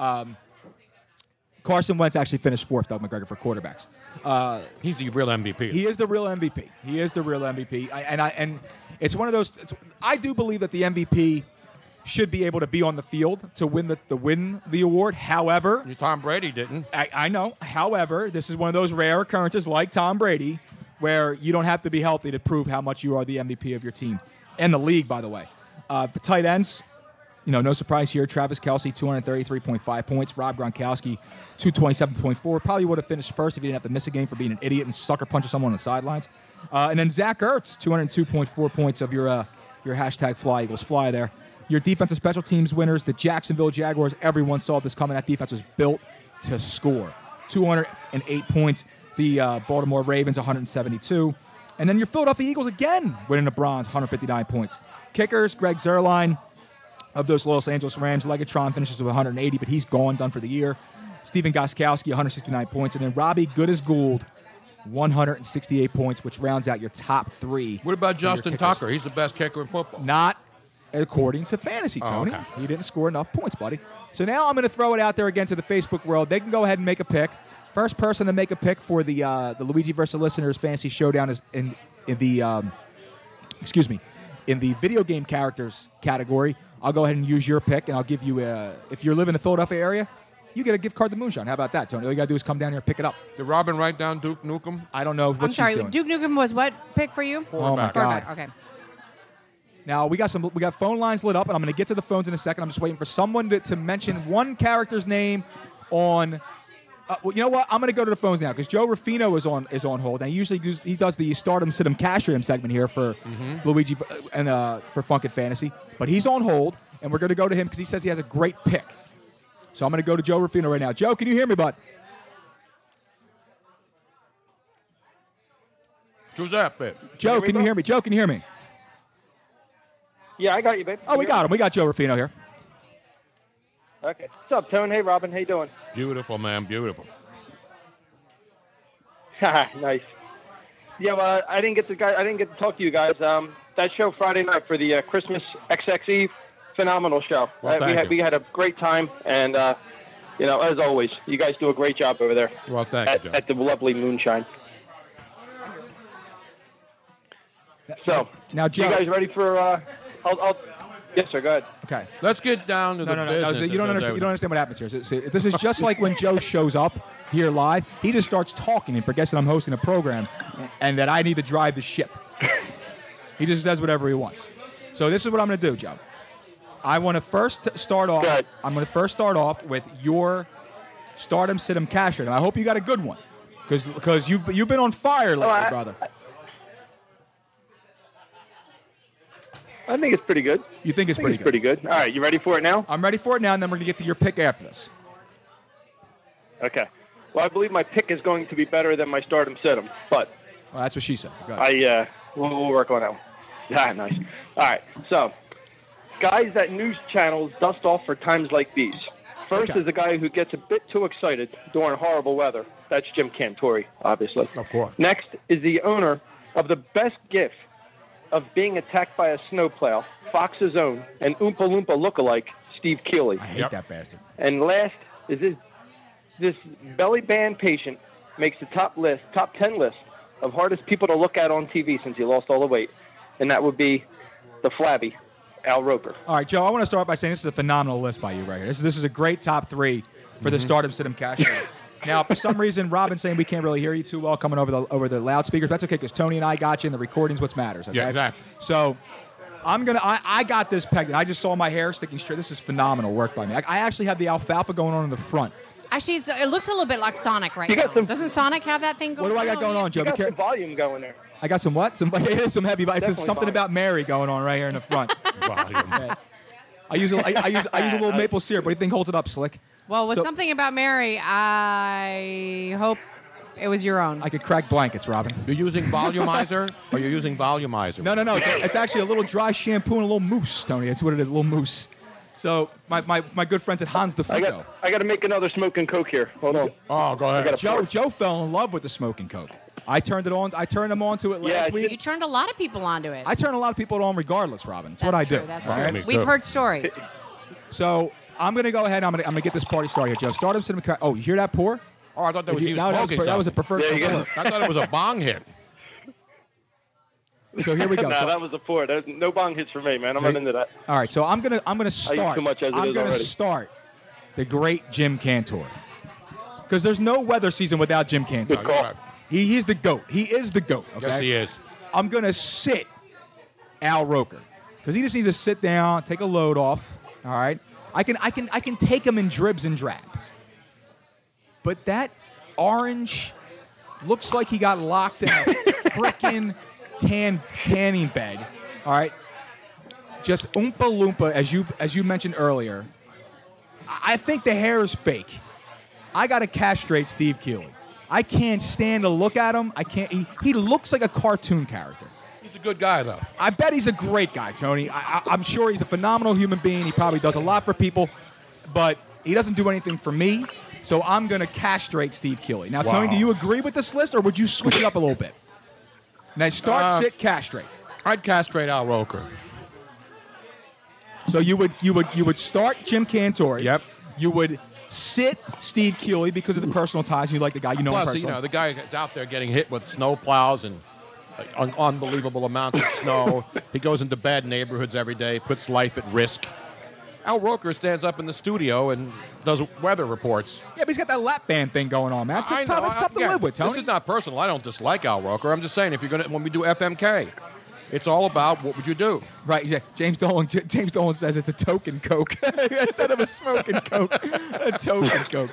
Um, Carson Wentz actually finished fourth. Doug McGregor for quarterbacks. Uh, He's the real MVP. he is the real MVP. He is the real MVP. I, and I and it's one of those. It's, I do believe that the MVP should be able to be on the field to win the, the win the award. However, Tom Brady didn't. I, I know. However, this is one of those rare occurrences, like Tom Brady, where you don't have to be healthy to prove how much you are the MVP of your team and the league. By the way, uh, for tight ends, you know, no surprise here. Travis Kelsey, 233.5 points. Rob Gronkowski, 227.4. Probably would have finished first if he didn't have to miss a game for being an idiot and sucker punching someone on the sidelines. Uh, and then Zach Ertz, 202.4 points of your uh, your hashtag Fly Eagles Fly there. Your defensive special teams winners, the Jacksonville Jaguars. Everyone saw this coming. That defense was built to score. 208 points. The uh, Baltimore Ravens, 172. And then your Philadelphia Eagles again winning the bronze, 159 points. Kickers, Greg Zerline, of those Los Angeles Rams. Legatron finishes with 180, but he's gone, done for the year. Steven Goskowski, 169 points. And then Robbie Good as Gould, 168 points, which rounds out your top three. What about for your Justin kickers. Tucker? He's the best kicker in football. Not according to fantasy, Oh, Tony. okay. He didn't score enough points, buddy. So now I'm going to throw it out there again to the Facebook world. They can go ahead and make a pick. First person to make a pick for the uh, the Luigi versus Listeners Fantasy Showdown is in in the um, excuse me in the video game characters category. I'll go ahead and use your pick, and I'll give you a if you live in the Philadelphia area, you get a gift card to Moonshine. How about that, Tony? All you got to do is come down here and pick it up. Did Robin write down Duke Nukem? I don't know what I'm she's sorry. doing. Duke Nukem was what pick for you? Oh my Quarterback, God. Okay. Now we got some. We got phone lines lit up, and I'm going to get to the phones in a second. I'm just waiting for someone to, to mention one character's name on. Uh, well, you know what? I'm going to go to the phones now because Joe Rufino is on is on hold, and he usually does, he does the Stardom Situm Castrium segment here for Luigi uh, and uh, for Funk and Fantasy, but he's on hold, and we're going to go to him because he says he has a great pick. So I'm going to go to Joe Rufino right now. Joe, can you hear me, bud? Giuseppe. Joe, can you hear me? Joe, can you hear me? Yeah, I got you, babe. Oh, we got him. We got Joe Rufino here. Okay. What's up, Tone? Hey, Robin. How you doing? Beautiful, man. Beautiful. nice. Yeah, well, I didn't get to guy. I didn't get to talk to you guys. Um, that show Friday night for the uh, Christmas XXE, phenomenal show. Well, Uh, we thank had you. we had a great time, and uh, you know, as always, you guys do a great job over there Well, thank at, you, Joe. at the lovely moonshine. So now, Joe, you guys ready for? Uh, I'll, I'll, yes, sir. Go ahead. Okay. Let's get down to No, the no, no, business. no. You don't understand. You don't understand what happens here. So- so this is just like when Joe shows up here live. He just starts talking and forgets that I'm hosting a program and that I need to drive the ship. He just does whatever he wants. So this is what I'm going to do, Joe. I want to first start off. I'm going to first start off with your stardom, situm, cash item. I hope you got a good one, because you've you've been on fire lately, brother. I think it's pretty good. You think it's I think pretty it's good? pretty good. All right, you ready for it now? I'm ready for it now, and then we're going to get to your pick after this. Okay. Well, I believe my pick is going to be better than my stardom situm, but Well, that's what she said. Go ahead. I uh, we'll, we'll work on that one. Ah, nice. All right. So, guys that news channels dust off for times like these. First Okay. is a guy who gets a bit too excited during horrible weather. That's Jim Cantori, obviously. Of course. Next is the owner of the best gift of being attacked by a snowplow, Fox's own, and Oompa Loompa lookalike, Steve Keeley. I hate that bastard. And last is this this belly band patient makes the top list, top ten list of hardest people to look at on TV since he lost all the weight, and that would be the flabby Al Roker. All right, Joe, I want to start by saying this is a phenomenal list by you right here. This is, this is a great top three for Mm-hmm. the Stardom Situm Cash. App. now, for some reason, Robin's saying we can't really hear you too well coming over the over the loudspeakers. That's okay because Tony and I got you, and the recording's what matters. Okay? Yeah, exactly. So. I'm gonna. I, I got this pegged. and I just saw my hair sticking straight. This is phenomenal work by me. I, I actually have the alfalfa going on in the front. Actually, it's- it looks a little bit like Sonic right now. Doesn't Sonic have that thing What going do I got going on, Joe? You Be got care- some volume going there. I got some what? Some it is some heavy. It's Definitely just something volume. about Mary going on right here in the front. Yeah. I use a, I, I use I use a little maple syrup. What do you think holds it up, slick? Well, with So- something about Mary, I hope it was your own. I could crack blankets, Robin. You're using volumizer, or you're using volumizer. No, no, no. It's, it's actually a little dry shampoo and a little mousse, Tony. That's what it is, a little mousse. So my, my, my good friends at Hans the I got I got to make another smoke and coke here. Hold on. Oh, go ahead. Joe Joe fell in love with the smoking coke. I turned it on. I turned him on to it last You week. turned a lot of people onto it. I turn a lot of people on regardless, Robin. It's That's what I true, do. That's all true. right? We've heard stories. So I'm gonna go ahead. And I'm gonna I'm gonna get this party started here, Joe. Stardom Cinema. Ca- Oh, you hear that pour? Oh, I thought that Did was you- you no, that was smoking per- that was a something. preferred There you go. I thought it was a bong hit. So here we go. nah, So- that was the four. That, no bong hits for me, man. I'm So- not into that. All right, so I'm gonna I'm gonna start. too much as it I'm is gonna already. start the great Jim Cantor because there's no weather season without Jim Cantor. Good call. He he's the goat. He is the goat. Okay? Yes, he is. I'm gonna sit Al Roker because he just needs to sit down, take a load off. All right, I can I can I can take him in dribs and drabs, but that orange looks like he got locked in a freaking tan tanning bed. All right, just oompa loompa as you as you mentioned earlier. I I think the hair is fake. I gotta castrate Steve Keeley. I can't stand to look at him. I can't. He, he looks like a cartoon character. He's a good guy, though. I bet he's a great guy, Tony. I, I, I'm sure he's a phenomenal human being. He probably does a lot for people, but he doesn't do anything for me. So I'm gonna castrate Steve Keeley. Now, Tony, Wow. do you agree with this list, or would you switch it up a little bit? Now start, Uh, sit, castrate. I'd castrate Al Roker. So you would you would you would start Jim Cantori. Yep. You would sit Steve Keeley because of the personal ties. You like the guy. You know him Plus, you personally. know, the guy that's out there getting hit with snow plows and uh, un- unbelievable amounts of snow. he goes into bad neighborhoods every day, puts life at risk. Al Roker stands up in the studio and does weather reports. yeah, but he's got that lap band thing going on, man. It's, it's I tough, know, it's I- tough to yeah, live with, Tony. This is not personal. I don't dislike Al Roker. I'm just saying, if you're gonna, when we do FMK, it's all about what would you do. Right, yeah. James Dolan. J- James Dolan says it's a token Coke instead of a smoking Coke. A token Coke.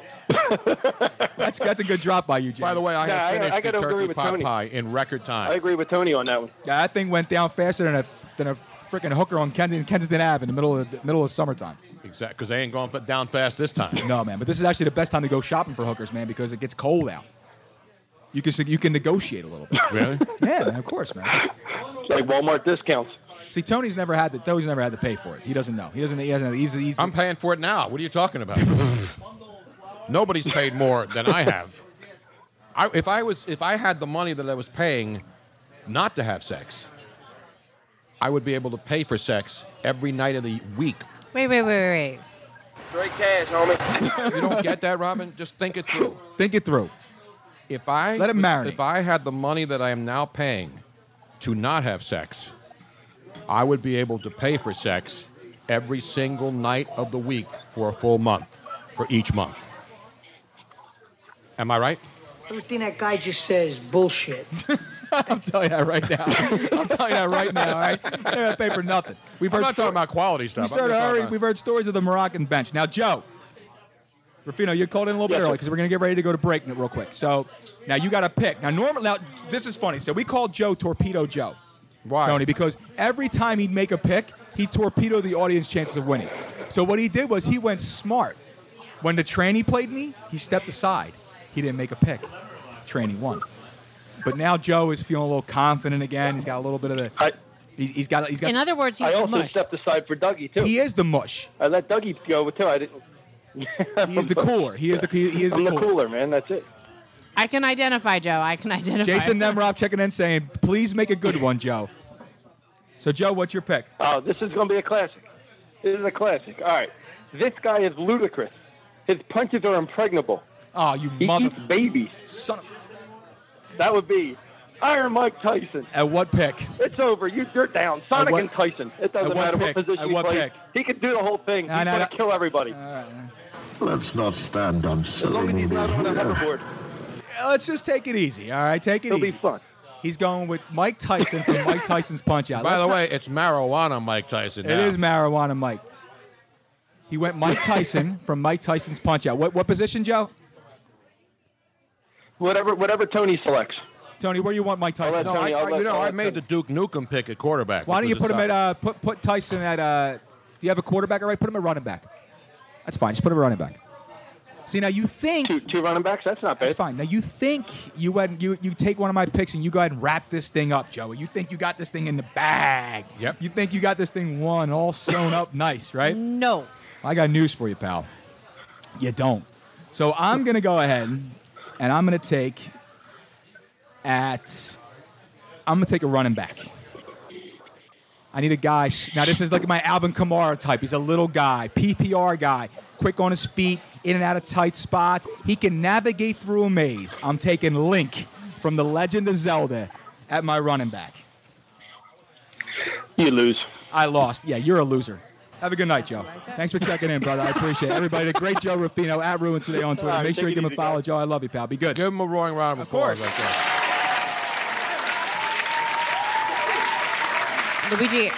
That's that's a good drop by you, James. By the way, I Yeah, I- have finished I gotta the agree turkey with pot Tony. pie in record time. I agree with Tony on that one. Yeah, that thing went down faster than a than a freaking hooker on Kensington, Kensington Ave in the middle of the middle of summertime. Exactly, because they ain't going f- down fast this time. No, man, but this is actually the best time to go shopping for hookers, man, because it gets cold out. You can you can negotiate a little bit. Really? yeah, man, of course, man. Like Walmart discounts. See, Tony's never had the, Tony's never had to pay for it. He doesn't know. He doesn't. He doesn't. He's, he's I'm paying for it now. What are you talking about? Nobody's paid more than I have. I, if I was, if I had the money that I was paying, not to have sex, I would be able to pay for sex every night of the week. Wait, wait, wait, wait. Straight cash, homie. You don't get that, Robin? Just think it through. Think it through. If I Let it marinate. If I had the money that I am now paying to not have sex, I would be able to pay for sex every single night of the week for a full month, for each month. Am I right? Everything that guy just says is bullshit. I'm telling you that right now. I'm telling you that right now. All right, they're gonna pay for nothing. We've I'm heard not sto- talking about quality We stuff. I'm started just talking already, about- we've heard stories of the Moroccan bench. Now, Joe, Rafino, you called in a little bit early because we're going to get ready to go to break in it real quick. So now you got to pick. Now, normal. Now this is funny. So we called Joe Torpedo Joe. Why? Tony, because every time he'd make a pick, he torpedoed the audience chances of winning. So what he did was he went smart. When the tranny played me, he stepped aside. He didn't make a pick. Tranny won. But now Joe is feeling a little confident again. He's got a little bit of the. he's, he's got. He's got. In other words, he's I a also mush. stepped aside for Dougie too. he is the mush. I let Dougie go too. I didn't. He is the cooler. He is the he, he is I'm the the cooler. cooler, man. That's it. I can identify, Joe. I can identify. Jason Nemrov checking in saying, "Please make a good one, Joe." So, Joe, what's your pick? Oh, this is going to be a classic. This is a classic. All right. This guy is ludicrous. His punches are impregnable. Oh, you He mother. eats babies. Son of- That would be Iron Mike Tyson. At what pick? It's over. You, you're down. Sonic what- and Tyson. It doesn't at what matter pick? what position At he what plays. pick? He could do the whole thing. No, He's no, going no. to kill everybody. Let's not stand on As long silly as he's not on a hoverboard. Let's just take it easy. All right, take it It'll be easy. fun. He's going with Mike Tyson for Mike Tyson's punch out. By the way, it's marijuana, Mike Tyson. it now. is marijuana, Mike. He went Mike Tyson from Mike Tyson's punch out. What what position, Joe? Whatever, whatever Tony selects. Tony, where you want Mike Tyson? No, I, I- you know, I made the Duke Nukem pick at quarterback. Why don't which you was put him at inside. uh, put put Tyson at uh? Do you have a quarterback? All right, put him at running back. That's fine. Just put him at running back. See now you think Two, two running backs? That's not bad. that's fine. Now you think you went you you take one of my picks and you go ahead and wrap this thing up, Joey. You think you got this thing in the bag. Yep. You think you got this thing won, all sewn up, nice, right? No. I got news for you, pal. You don't. So I'm gonna go ahead and I'm gonna take at I'm gonna take a running back. I need a guy. s- Now this is like my Alvin Kamara type. He's a little guy, PPR guy, quick on his feet, in and out of tight spots. He can navigate through a maze. I'm taking Link from The Legend of Zelda at my running back. You lose. I lost. Yeah, you're a loser. Have a good night, Joe. Thanks for checking in, brother. I appreciate it. Everybody, the great Joe Ruffino at Ruin today on Twitter. All right, Make sure take you it give him a easy, follow, guys. Joe. I love you, pal. Be good. Give him a roaring round of, applause. uh, Like course. that. Luigi,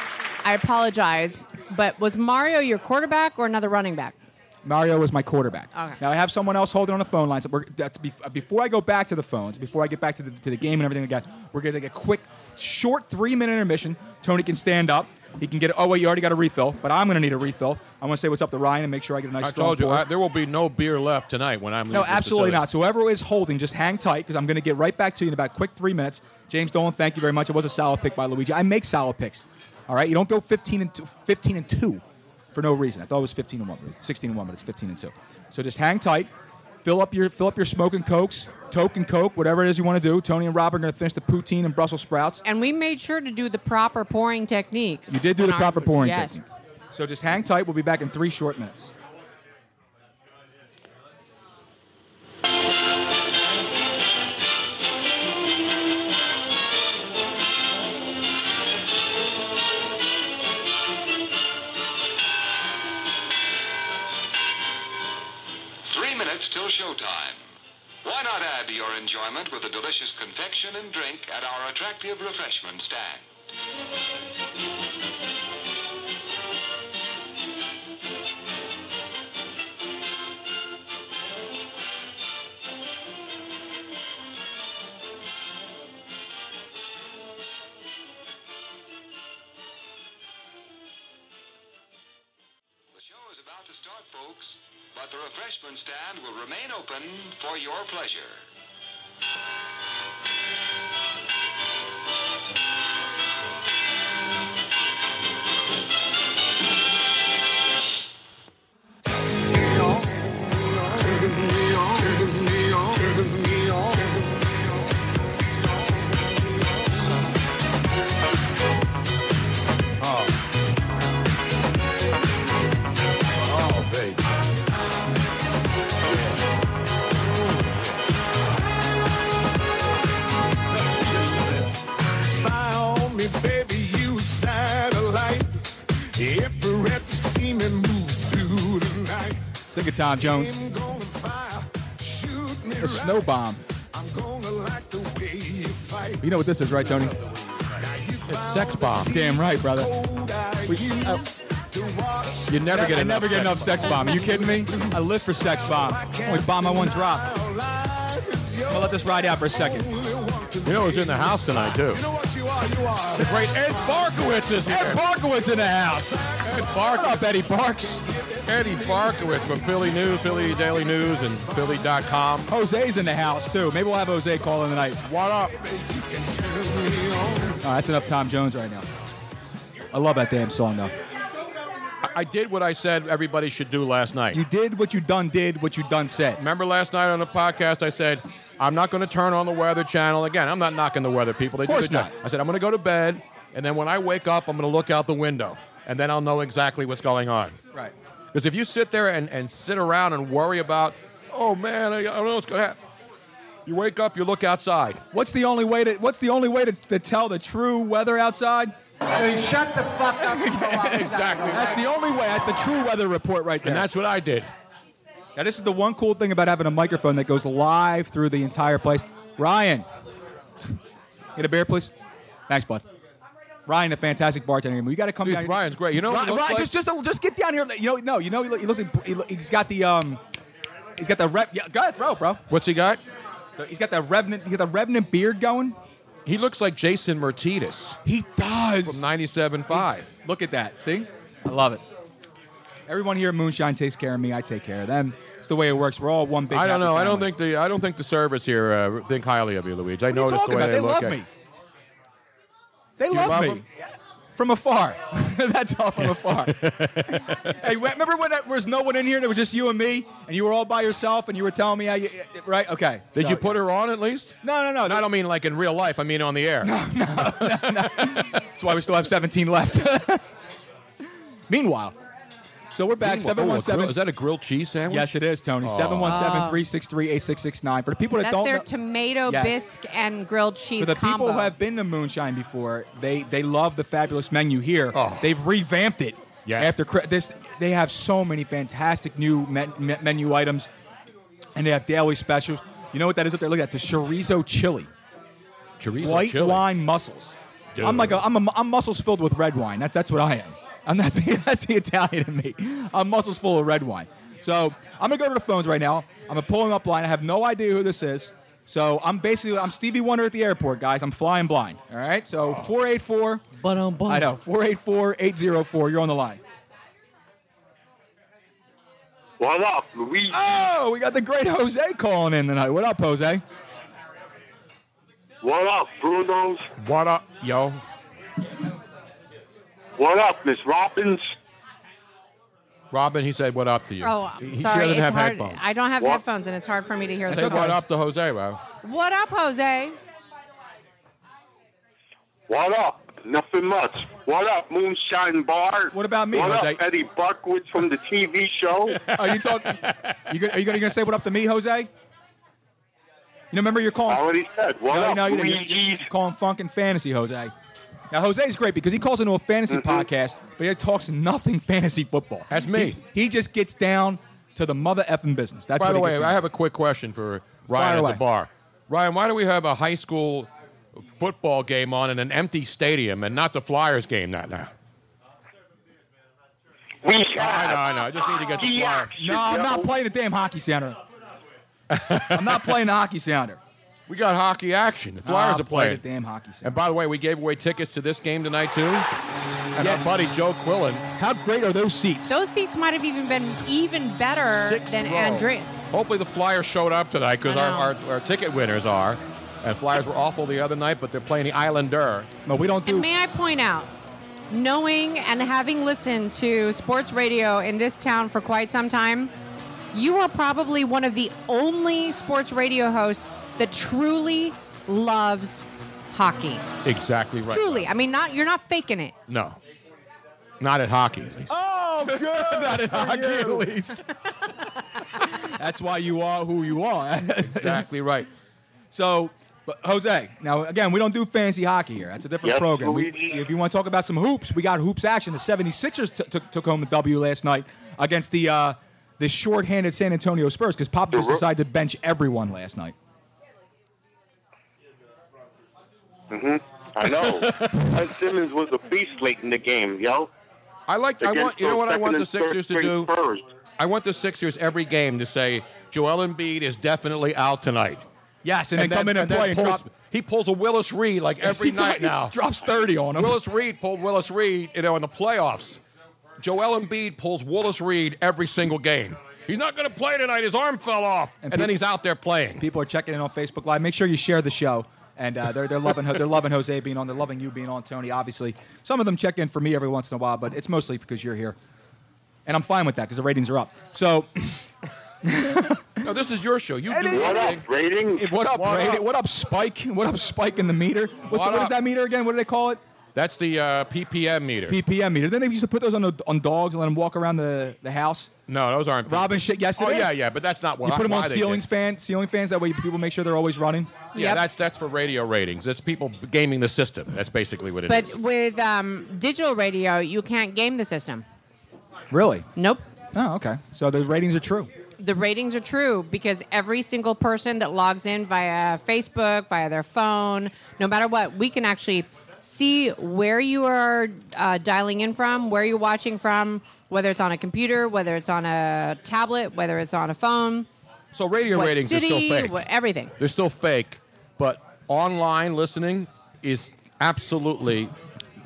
I apologize, but was Mario your quarterback or another running back? Mario was my quarterback. Okay. Now I have someone else holding on the phone line. So we're, that's bef- uh, before I go back to the phones, before I get back to the, to the game and everything like that, we're gonna take a quick, short three-minute intermission. Tony can stand up. He can get. Oh wait, you already got a refill, but I'm gonna need a refill. I'm gonna say what's up to Ryan and make sure I get a nice. I strong told you, pour. I, there will be no beer left tonight when I'm No, leaving this absolutely facility. not. So whoever is holding, just hang tight because I'm going to get right back to you in about a quick three minutes. James Dolan, thank you very much. It was a solid pick by Luigi. I make solid picks. All right, you don't go 15 and two, 15 and two for no reason. I thought it was 15 and one, but it's 16 and one, but it's 15 and two. So just hang tight. Fill up your fill up your smoke and cokes, toke and coke, whatever it is you want to do. Tony and Rob are going to finish the poutine and Brussels sprouts. And we made sure to do the proper pouring technique. You did do the on our proper food. pouring Yes. technique. So just hang tight. We'll be back in three short minutes. Three minutes till showtime. Why not add to your enjoyment with a delicious confection and drink at our attractive refreshment stand? The show is about to start, folks, but the refreshment stand will remain open for your pleasure. Oh. Oh, baby. Spy on me, baby, you satellite. If you ever see me move through the night, Sick of Tom Jones. I'm gonna fire, shoot me A snow bomb. I'm gonna like the way you fight. You know what this is, right, Tony? It's sex bomb. Damn right, brother. We- oh. You never get I enough never get sex enough sex bomb. Are you kidding me? I live for sex bomb. Only bomb I one dropped. I'll let this ride out for a second. You know who's in the house tonight, too? The great Ed Barkowitz is here. Ed Barkowitz in the house. Ed Barkowitz. What up, Eddie Barks? Eddie Barkowitz from Philly News, Philly Daily News, and Philly.com. Jose's in the house, too. Maybe we'll have Jose call in tonight. What up? Oh, that's enough Tom Jones right now. I love that damn song, though. I- I did what I said everybody should do last night. You did what you done did, what you done said. Remember last night on the podcast, I said, I'm not going to turn on the weather channel again. I'm not knocking the weather people. They Of course do their job. I said, I'm going to go to bed, and then when I wake up, I'm going to look out the window, and then I'll know exactly what's going on. Right. Because if you sit there and, and sit around and worry about, oh man, I, I don't know what's going to happen, you wake up, you look outside. What's the only way to What's the only way to, to tell the true weather outside? shut the fuck up. exactly. That's the only way. That's the true weather report right there. And that's what I did. Now, this is the one cool thing about having a microphone that goes live through the entire place. Ryan, get a beer, please. Thanks, bud. Ryan, a fantastic bartender. You got to come Dude, down. here. Ryan's great. You know what Ryan, he looks Ryan, like? just just just get down here. You know, no, you know, he look- he looks. like- He look, he's got the um, he's got the rep. Yeah, go ahead, throw, bro. What's he got? He's got the revenant. He got the revenant beard going. He looks like Jason Mertidis. He does. From 97.5. Look at that. See? I love it. Everyone here at Moonshine takes care of me. I take care of them. It's the way it works. We're all one big. I don't happy know. I family. don't think the I don't think the servers here uh, think highly of you, Luigi. I What are you noticed talking the way about? they, They look love at me. They You love, love me them? from afar. That's all from afar. hey, wh- remember when there was no one in here? and It was just you and me, and you were all by yourself, and you were telling me how you right? Okay. Did you So- put her on at least? No, no, no. I don't mean like in real life. I mean on the air. That's why we still have 17 left. Meanwhile, so we're Meanwhile- oh, back. a Seven grill- one seven. Is that a grilled cheese sandwich? Yes, it is, Tony. Oh. 717 363 8669. For the people that That's don't their know, tomato Yes. bisque and grilled cheese for the combo. people who have been to Moonshine before, they they love the fabulous menu here. Oh. They've revamped it. Yeah. After Chri- this, they have so many fantastic new men- men- menu items, and they have daily specials. You know what that is up there? Look at that, the chorizo chili, Chorizo white chili. wine mussels. Dude. I'm like a, I'm a, I'm muscles filled with red wine. That, that's what I am. I'm that's the, that's the Italian in me. I'm muscles full of red wine. So I'm gonna go to the phones right now. I'm gonna pull them up blind. I have no idea who this is. So I'm basically I'm Stevie Wonder at the airport, guys. I'm flying blind. All right. So 484. But on I know 484-804. You're on the line. What up, Luigi? Oh, we got the great Jose calling in tonight. What up, Jose? What up, Bruno's? What up, yo? What up, Miss Robbins? Robin, he said what up to you. Oh, he, she sorry. doesn't It's have hard. headphones. I don't have What? headphones, and it's hard for me to hear. Say sometimes. what up to Jose, bro. What up, Jose? What up? Nothing much. What up, Moonshine Bar? What about me, What Jose? up, Eddie Buckwitz from the TV show? Are you talking? you gonna, are you gonna, you gonna say what up to me, Jose? You know, remember you're calling. I already said. What no, up, no, you didn't. You're calling funk and fantasy, Jose. Now Jose's great because he calls into a fantasy Mm-hmm. podcast, but he talks nothing fantasy football. That's me. He, he just gets down to the mother effing business. That's By what the he way, gets I have a quick question for Fire Ryan at away. the bar. Ryan, why do we have a high school football game on in an empty stadium and not the Flyers game that night? We I know, I know. I just need to get the Flyers. down. No, I'm not playing the damn hockey sounder. I'm not playing the hockey sounder. We got hockey action. The Ah, Flyers are play the playing. damn hockey And by the way, we gave away tickets to this game tonight too. And our buddy Joe Quillen. How great are those seats? Those seats might have even been even better Sixth than row. Andrea's. Hopefully the Flyers showed up tonight because I our, our, know. our ticket winners are. And Flyers were awful the other night, but they're playing the Islander. No, we don't And may I point out, knowing and having listened to sports radio in this town for quite some time, you are probably one of the only sports radio hosts that truly loves hockey. Exactly right. Truly. I mean, not you're not faking it. No. Not at hockey, at least. Oh, good. Not in hockey, at least. That's why you are who you are. exactly right. So, but Jose, now again, we don't do fancy hockey here. That's a different Yes, program. We- Luigi. if you want to talk about some hoops, we got hoops action. The 76ers t- took- took home a W last night against the uh, the shorthanded San Antonio Spurs because Popovich decided to bench everyone last night. hmm I know. Ben Simmons was a beast late in the game, yo. I like. I Against want. You know those what I want the second and Sixers to third-string Spurs. do? I want the Sixers every game to say Joel Embiid is definitely out tonight. Yes, and then come in and then play and pulls- drop- He pulls a Willis Reed like Yes, every he night does. He now. drops 30 on him. Willis Reed pulled Willis Reed, you know, in the playoffs. Joel Embiid pulls Willis Reed every single game. He's not going to play tonight. His arm fell off, and, then peop- he's out there playing. People are checking in on Facebook Live. Make sure you share the show. And uh, they're, they're loving they're loving Jose being on. They're loving you being on, Tony. Obviously, some of them check in for me every once in a while, but it's mostly because you're here, and I'm fine with that because the ratings are up. So, No, this is your show. You It do is- your What up, thing. Hey, what up, What Brady? up? What up, Spike? What up, Spike in the meter? What What's the, what up? is that meter again? What do they call it? That's the uh, PPM meter. PPM meter. Then they used to put those on the, on dogs and let them walk around the, the house. no, those aren't. Robin shit. Yes, it Oh is. yeah, yeah, but that's not what. you put them why on they did ceilings fan ceiling fans. That way people make sure they're always running. Yeah, that's that's for radio ratings. That's people gaming the system. That's basically what it is. But with um, digital radio, you can't game the system. Really? Nope. Oh, okay. So the ratings are true. The ratings are true because every single person that logs in via Facebook, via their phone, no matter what, we can actually see where you are uh, dialing in from, where you're watching from, whether it's on a computer, whether it's on a tablet, whether it's on a phone. So radio what ratings city, are still fake. what- everything. They're still fake, but online listening is absolutely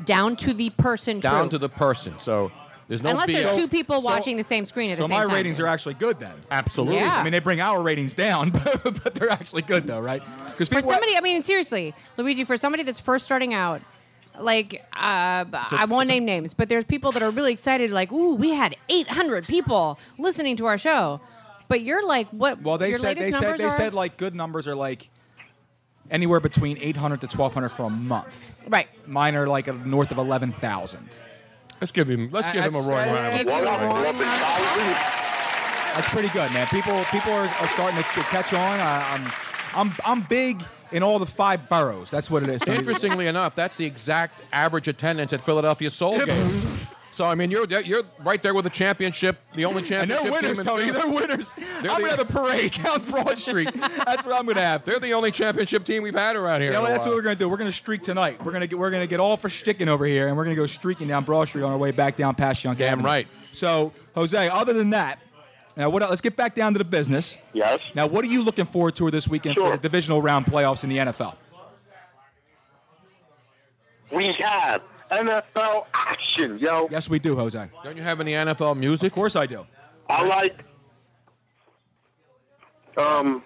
Down to the person down true. to the person. So there's no Unless BS. there's two people watching the same screen at so the same my time. ratings are actually good then. Absolutely. Yeah. I mean, they bring our ratings down, but, but they're actually good though, right? Because for somebody, I mean, seriously, Luigi, for somebody that's first starting out, like, uh, I won't name names, but there's people that are really excited, like, ooh, we had 800 people listening to our show. But you're like, what? Well, they your said they latest said numbers they are? said like good numbers are like anywhere between 800 to 1200 for a month. Right. Mine are like a, north of 11,000. Let's give him. Let's I- give I- him a roaring let's round. give him a roaring round. That's pretty good, man. People people are, are starting to, to catch on. I, I'm I'm I'm big in all the five boroughs. That's what it is. So- Interestingly enough, that's the exact average attendance at Philadelphia Soul games. So I mean, you're you're right there with the championship, the only And championship they're winners, team. Tony. in They're winners. They're I'm the- gonna have a parade down Broad Street. That's what I'm gonna have. They're the only championship team we've had around here. You know in what? a That's what while. we're gonna do. We're gonna streak tonight. We're gonna get we're gonna get all for sticking over here, and we're gonna go streaking down Broad Street on our way back down past Young. Damn right. So Jose, other than that, now what? Let's get back down to the business. Yes. Now, what are you looking forward to this weekend for the divisional round playoffs in the NFL? We have NFL action, yo. Yes, we do, Jose. Don't you have any NFL music? Of course I do. I like. Um,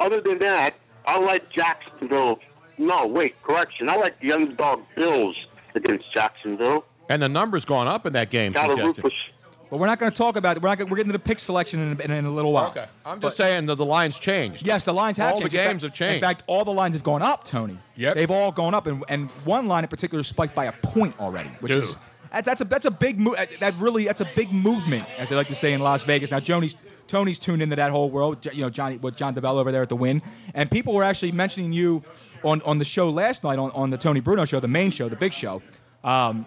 other than that, I like Jacksonville. No, wait, correction. I like the underdog Bills against Jacksonville. And the numbers gone up in that game. Got a suggested. root for But we're not going to talk about it. We're not. Gonna, we're getting to the pick selection in, in, in a little while. Okay. I'm just saying that the lines changed. Yes, the lines have All the changed. In games fact- have changed. In fact, all the lines have gone up, Tony. Yep. They've all gone up, and, and one line in particular spiked by a point already, which Dude. is that- that's a that's a big move. That really that's a big movement, as they like to say in Las Vegas. Now, Joni's Tony's tuned into that whole world. J- You know, Johnny with John DeVell over there at the win, and people were actually mentioning you on on the show last night on on the Tony Bruno show, the main show, the big show. Um,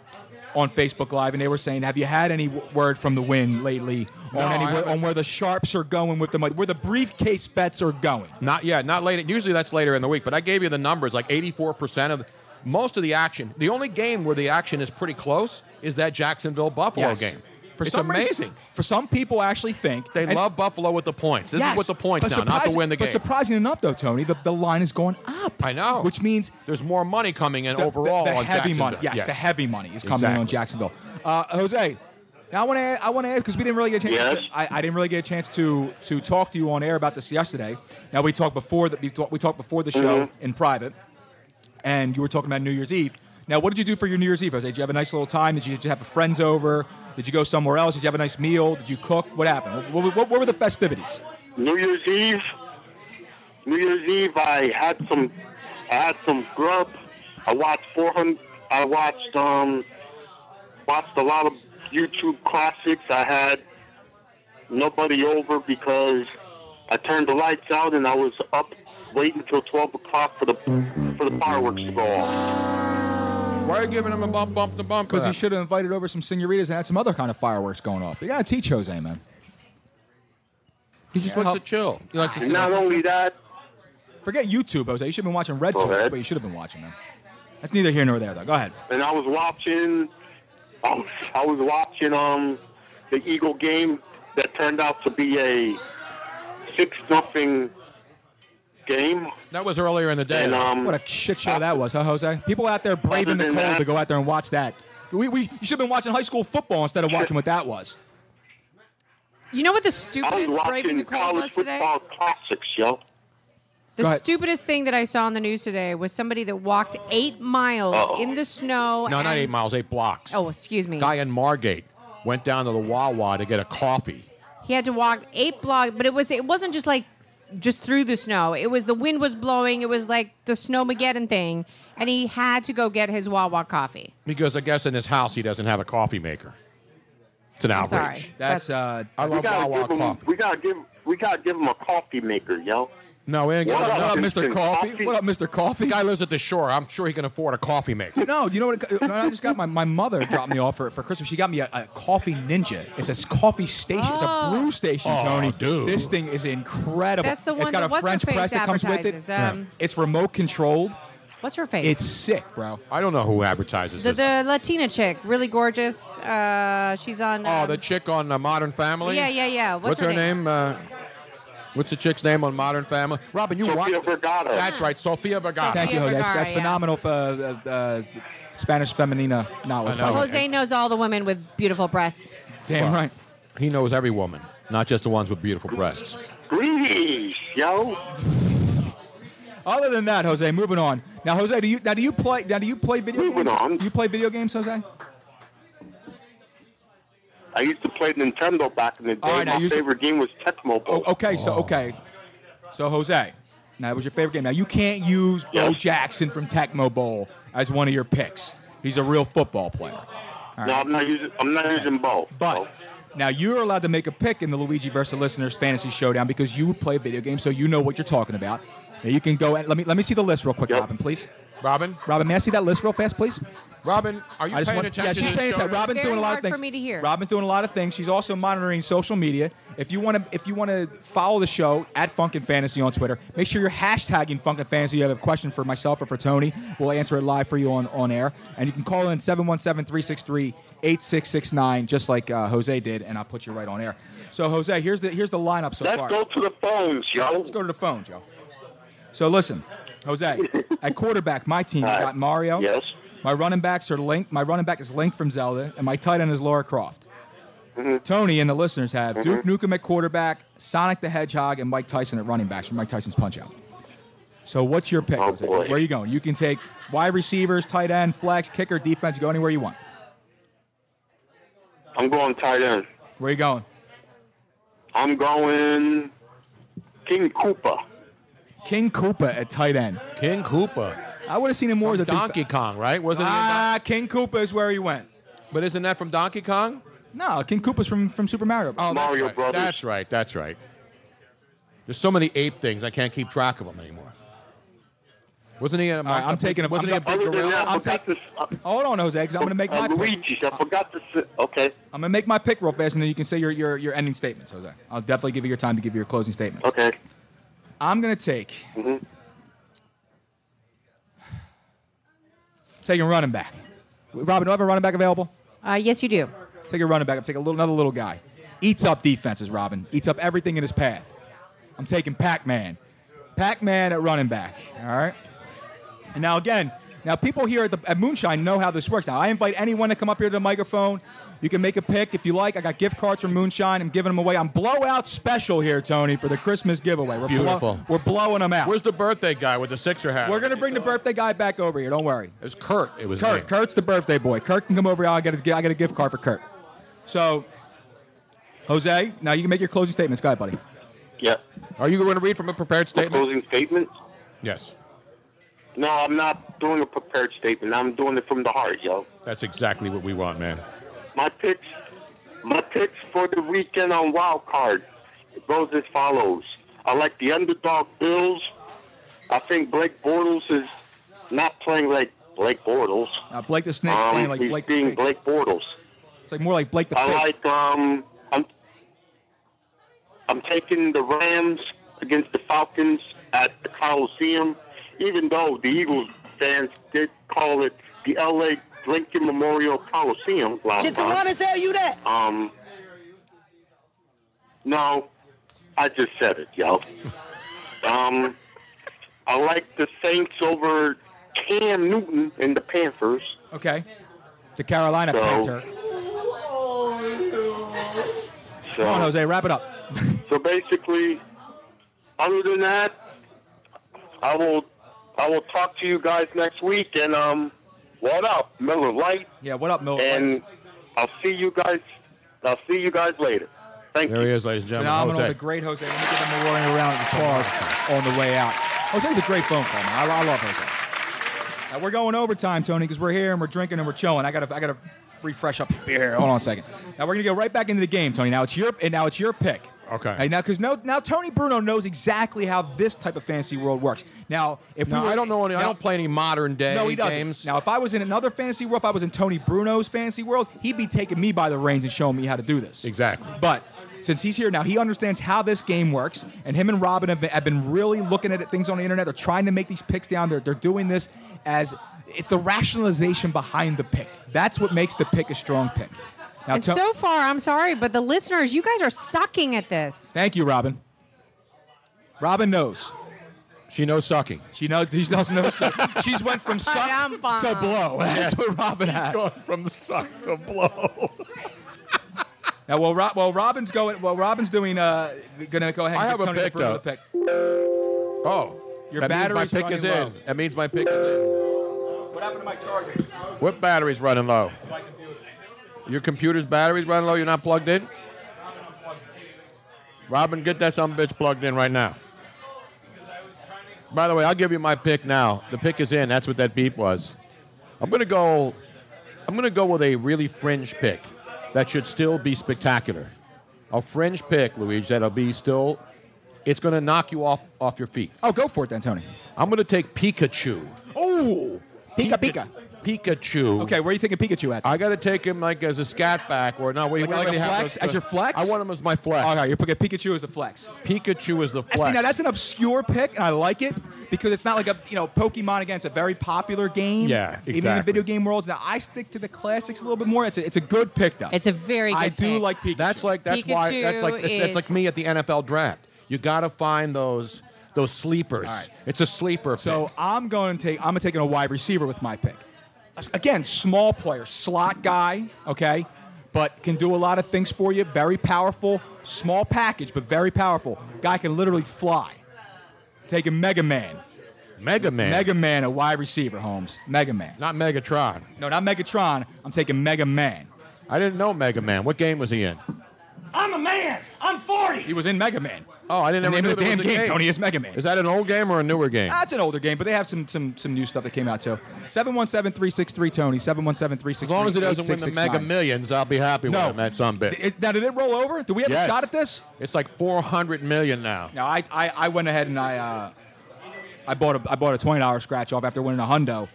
on Facebook Live, and they were saying, "Have you had any w- word from the win lately on No, any I wh- on where the sharps are going with the money, where the briefcase bets are going?" Not yet. Not later. Usually that's later in the week. But I gave you the numbers. Like 84% of most of the action. The only game where the action is pretty close is that Jacksonville Buffalo Yes. game. For It's some reason- amazing. for some people, actually think They and- love Buffalo with the points. This Yes, is with the points but now, not to surprising- win the game. Oh. But surprising enough, though, Tony, the, the line is going up. I know. Which means there's more money coming in overall the, the on heavy Jacksonville. money. Yes, the heavy money is coming in on Exactly. Jacksonville. Uh, Jose, now I want to I want to add because we didn't really get a chance. Yes. I, I didn't really get a chance to to talk to you on air about this yesterday. Now we talked before that we, talked we talked before the show Mhm. in private, and you were talking about New Year's Eve. Now, what did you do for your New Year's Eve, Jose? Did you have a nice little time? Did you, did you have friends over? Did you go somewhere else? Did you have a nice meal? Did you cook? What happened? What, what, what were the festivities? New Year's Eve. New Year's Eve, I had some, I had some grub. I watched 400. I watched um, watched a lot of YouTube classics. I had nobody over because I turned the lights out and I was up waiting until 12 o'clock for the for the fireworks to go off. Why are you giving him a bump, bump, the bump? Because for he that? should have invited over some senoritas and had some other kind of fireworks going off. You gotta teach Jose, man. He just wants to chill. He likes to sit Not only that, Forget YouTube, Jose. You should have been watching Red Sox. That's what you should have been watching, man. That's neither here nor there, though. Go ahead. and I was watching. I was, I was watching um the Eagle game that turned out to be a six nothing game. That was earlier in the day. And, um, what a shit show that was, huh, Jose? People out there braving the Other cold than that- to go out there and watch that. We, we, you should have been watching high school football instead of watching what that was. You know what the I was stupidest watching braving the cold was college today? football classics, yo. Go The ahead. stupidest thing that I saw on the news today was somebody that walked eight miles in the snow. No, not and- eight miles, eight blocks. Oh, excuse me. Guy in Margate went down to the Wawa to get a coffee. He had to walk eight blocks, but it was it wasn't just like just through the snow. It was the wind was blowing. It was like the snowmageddon thing, and he had to go get his Wawa coffee. Because I guess in his house he doesn't have a coffee maker. It's an outrage. sorry. That's, uh, I we love gotta Wawa give 'em- coffee. We gotta give we gotta give him a coffee maker, yo. No, we ain't What got up, enough. Mr. Coffee? Coffee? What up, Mr. Coffee? The guy lives at the shore. I'm sure he can afford a coffee maker. No, you know what? it- I just got my, my mother dropped me off for, for Christmas. She got me a, a coffee ninja. It's a coffee station. It's a brew station, Oh, Tony. dude. This thing is incredible. That's the one it's got that- a what's her French face press that comes with it. advertises? Um, it's remote controlled. What's her face? It's sick, bro. I don't know who advertises the, this. the Latina chick, really gorgeous. Uh, she's on. oh, um, the chick on uh, Modern Family. Yeah, yeah, yeah. What's, her, name? Uh, what's the chick's name on Modern Family? Robin, you watch. Vergara. That's right, Sophia Vergara. Thank you, Jose. That's, that's yeah. phenomenal for uh, uh, Spanish femenina knowledge. by the way. Jose knows all the women with beautiful breasts. Damn right. He knows every woman, not just the ones with beautiful breasts. Greenies, yo. Other than that, Jose, moving on. Now, Jose, do you now do you play now do you play video Moving games? on. Do you play video games, Jose? I used to play Nintendo back in the day. right, now My you- Oh, favorite game was Tecmo Bowl. Okay, so okay, so Jose, now that was your favorite game. Now you can't use Bo Jackson from Tecmo Bowl as one of your picks. He's a real football player. All No, right. I'm not using. I'm not using both. But now you're allowed to make a pick in the Luigi versus listeners fantasy showdown because you play video games, so you know what you're talking about. Now you can go and let me let me see the list real quick, Robin, please. Robin, Robin, may I see that list real fast, please? Robin, are you I just paying want- attention? yeah, she's to paying the show attention. notes? Robin's Very doing a lot hard of things. for me to hear. Robin's doing a lot of things. She's also monitoring social media. If you want to, if you want to follow the show at Funkin Fantasy on Twitter, make sure you're hashtagging Funkin Fantasy. You have a question for myself or for Tony, we'll answer it live for you on on air. And you can call in 717-363-8669, just like uh, Jose did, and I'll put you right on air. So Jose, here's the here's the lineup so Let's far. go to the phones, yo. Let's go to the phones, yo. So listen, Jose, at quarterback, my team has got Mario. Yes. My running backs are Link. My running back is Link from Zelda, and my tight end is Laura Croft. Mm-hmm. Tony and the listeners have Duke Nukem at quarterback, Sonic the Hedgehog, and Mike Tyson at running backs from Mike Tyson's Punch Out. So what's your Oh, pick? Jose? Where are you going? You can take wide receivers, tight end, flex, kicker, defense. You go anywhere you want. I'm going tight end. Where you going? I'm going King Koopa. King Koopa at tight end. King Koopa. I would have seen him more as a Donkey Kong, right? Wasn't it? Ah, King Koopa is where he went. But isn't that from Donkey Kong? No, King Koopa's from from Super Mario. Bros. Oh, that's right. That's right. That's right. There's so many ape things I can't keep track of them anymore. Wasn't he? A, All right, I'm taking a. Wasn't I'm, he a big gorilla? I'm taking. Hold on, Jose, 'cause I'm gonna make my Luigi's. Uh, I forgot to. Say, okay. I'm gonna make my pick real fast, and then you can say your, your your ending statements, Jose. I'll definitely give you your time to give your closing statement. Okay. Mm-hmm. I'm gonna take taking running back. Robin, do I have a running back available? Uh, yes, you do. Take a running back. I'm taking a little, another little guy. Eats up defenses, Robin. Eats up everything in his path. I'm taking Pac Man. Pac Man at running back. All right. And now again, now people here at, the, at Moonshine know how this works. Now I invite anyone to come up here to the microphone. You can make a pick if you like. I got gift cards from Moonshine. I'm giving them away. I'm blowout special here, Tony, for the Christmas giveaway. We're blow- Beautiful. we're blowing them out. Where's the birthday guy with the Sixer hat? We're gonna bring the birthday guy back over here. Don't worry. It's Kurt. It was Kurt. named. Kurt's the birthday boy. Kurt can come over here. I got a, I got a gift card for Kurt. So, Jose, now you can make your closing statements. Go ahead, buddy. Yeah. Are you going to read from a prepared statement? Closing statement? Yes. No, I'm not doing a prepared statement. I'm doing it from the heart, yo. That's exactly what we want, man. My picks, my picks for the weekend on Wild Card goes as follows. I like the underdog Bills. I think Blake Bortles is not playing like Blake Bortles. Uh, Blake the Snake's Um, playing like he's Blake. being Blake Bortles. It's like more like Blake the. I Fish. like um, I'm, I'm taking the Rams against the Falcons at the Coliseum, even though the Eagles fans did call it the L.A. Lincoln Memorial Coliseum last Did time. Solana tell you that? Um, no, I just said it, yo. um, I like the Saints over Cam Newton and the Panthers. Okay. The Carolina uh, So- Panther. So, Come on, Jose, wrap it up. So basically, other than that, I will I will talk to you guys next week. And um, what up, Miller Light? Yeah, what up, Miller? And I'll see you guys. I'll see you guys later. Thank there he is, ladies and gentlemen. Phenomenal, Jose. the great Jose. Let me give him a roaring round of applause on the way out. Jose's a great phone call, man. I, I love Jose. Now, we're going overtime, Tony, because we're here and we're drinking and we're chilling. I gotta, I gotta refresh up beer. here. Hold on a second. Now we're gonna go right back into the game, Tony. Now it's your, and now it's your pick. Okay. Right, now, because now, now Tony Bruno knows exactly how this type of fantasy world works. Now, if No, we were, I don't know any. I now- don't play any modern day no, he doesn't. games. Now, if I was in another fantasy world, if I was in Tony Bruno's fantasy world, he'd be taking me by the reins and showing me how to do this. Exactly. But since he's here now, he understands how this game works. And him and Robin have been, have been really looking at things on the internet. They're trying to make these picks down. They're, they're doing this as it's the rationalization behind the pick. That's what makes the pick a strong pick. Now, and To- so far, I'm sorry, but the listeners, you guys are sucking at this. thank you, Robin. Robin knows. She knows sucking. She knows. She knows. knows She's went from suck I'm bummed. to blow. That's what Robin has. from the suck to blow. Now, while, Rob, while Robin's going, while Robin's doing, uh, gonna go ahead. And I have give a Tony pick, the Bruno though. pick. Oh, Your that means battery's my pick is running low. in. That means my pick is What happened to my charger? in. What battery's running low? Your computer's battery's running low. You're not plugged in. Robin, get that some bitch plugged in right now. By the way, I'll give you my pick now. The pick is in. That's what that beep was. I'm gonna go. I'm gonna go with a really fringe pick that should still be spectacular. A fringe pick, Luigi, that'll be still. It's gonna knock you off off your feet. Oh, go for it then, Tony. I'm gonna take Pikachu. Oh, Pika Pika. Pikachu. Okay, where are you taking Pikachu at? I gotta take him like as a scat back or no? Wait, Like- we like already a have flex? those- uh, As your flex? I want him as my flex. Okay, you're picking Pikachu as the flex. Pikachu is the Uh, flex. See, now that's an obscure pick, and I like it because it's not like a you know Pokemon again. It's a very popular game. Yeah, Even in the exactly. video game worlds, now I stick to the classics a little bit more. It's a, it's a good pick though. It's a very good I do pick. like Pikachu. That's like that's why that's like it's, Pikachu it's like me at the NFL draft. You gotta find those those sleepers. All right. It's a sleeper. So I'm going to take I'm going to take in a wide receiver with my pick. Again, small player, slot guy, okay, but can do a lot of things for you. Very powerful, small package, but very powerful. Guy can literally fly. Taking Mega Man, pick. Mega Man, Mega Man, a wide receiver, Holmes. Mega Man. not Megatron. No, not Megatron. I'm taking Mega Man. I didn't know Mega Man. What game was he in? I'm a man. I'm 40. He was in Mega Man. Oh, I The didn't ever name know of the there damn was a game, Tony, is Mega Man. Is that an old game or a newer game? That's an older game, but they have some some some new stuff that came out too. Seven one seven three six three Tony. Seven one seven three As six. long as he doesn't win the Mega Millions, I'll be happy with him. That some bit. It- now, did it roll over? Do we have Yes. a shot at this? It's like 400 million now. No, I, I, I went ahead and I uh, I bought a I bought a twenty dollar scratch off after winning a hundo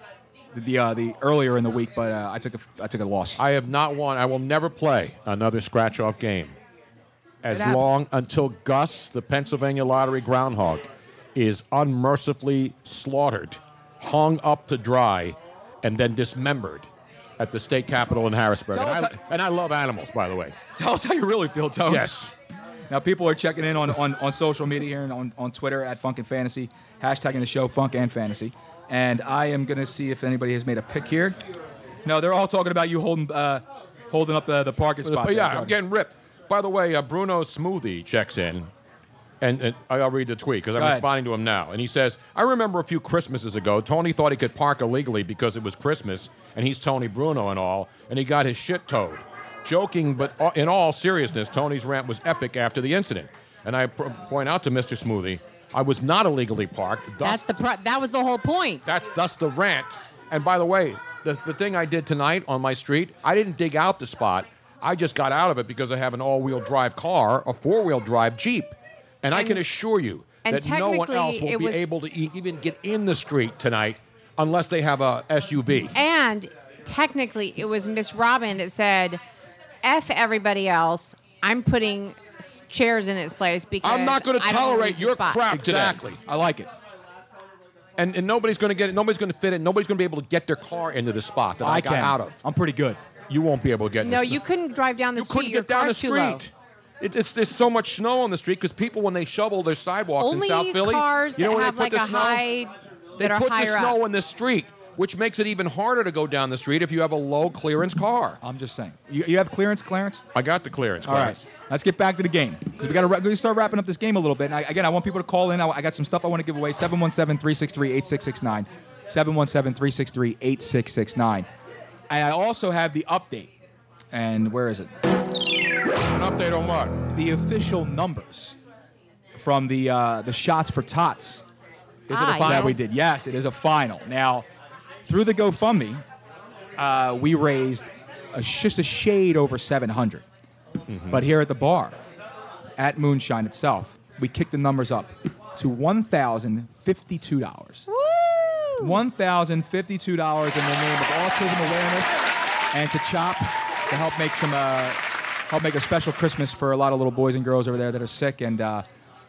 the the, uh, the earlier in the week, but uh, I took a I took a loss. I have not won. I will never play another scratch off game as It happens. long until Gus, the Pennsylvania Lottery groundhog, is unmercifully slaughtered, hung up to dry, and then dismembered. at the state capitol in Harrisburg. Tell And I, us and I love animals, by the way. Tell us how you really feel, Tony. Yes. Now people are checking in on, on, on social media here and on, on Twitter at Funk and Fantasy, hashtagging the show Funk and Fantasy. And I am gonna see if anybody has made a pick here. No, they're all talking about you holding uh, holding up the, the parking spot. But there, yeah, Tony. I'm getting ripped. By the way, uh, Bruno Smoothie checks in, and, and I'll read the tweet because I'm Go ahead. responding to him now. And he says, I remember a few Christmases ago, Tony thought he could park illegally because it was Christmas, and he's Tony Bruno and all, and he got his shit towed. Joking, but a- in all seriousness, Tony's rant was epic after the incident. And I pr- point out to Mr. Smoothie, I was not illegally parked. That's the pro- that was the whole point. That's that's the rant. And by the way, the, the thing I did tonight on my street, I didn't dig out the spot. I just got out of it because I have an all-wheel drive car, a four-wheel drive Jeep, and, I And- can assure you and that no one technically, else will it be was- able to e- even get in the street tonight unless they have a SUV. And technically, it was Miss Robin that said, "F everybody else. I'm putting s- chairs in this place because I'm not going to I don't wanna lose tolerate the your spot." crap Exactly. I like it. And, and nobody's going to get it. Nobody's going to fit it. Nobody's going to be able to get their car into the spot that I, I got can. out of. I'm pretty good. You won't be able to get. in No, the- you couldn't drive down the street. couldn't your get down the car's too low. street. It, it's there's so much snow on the street because people when they shovel their sidewalks Only in South Philly, cars you know that when have they put like the a snow, high they that are put the higher snow up. in the street, which makes it even harder to go down the street if you have a low clearance car. I'm just saying. You, you have clearance, Clarence? I got the clearance. All right, Clarence. let's get back to the game. 'Cause We got to start wrapping up this game a little bit. And I, again, I want people to call in. I, I got some stuff I want to give away. 717 363 8669. 717 363 8669. And I also have the update. And where is it? An update on what? The official numbers from the uh, the shots for tots. Is it a Ah, final? That we did. Yes, it is a final. Now, through the GoFundMe, uh, we raised a, sh- just a shade over 700. But here at the bar, at Moonshine itself, we kicked the numbers up to $1,052. $1,052 in the name of autism awareness and to CHOP to help make some uh, help make a special Christmas for a lot of little boys and girls over there that are sick and uh,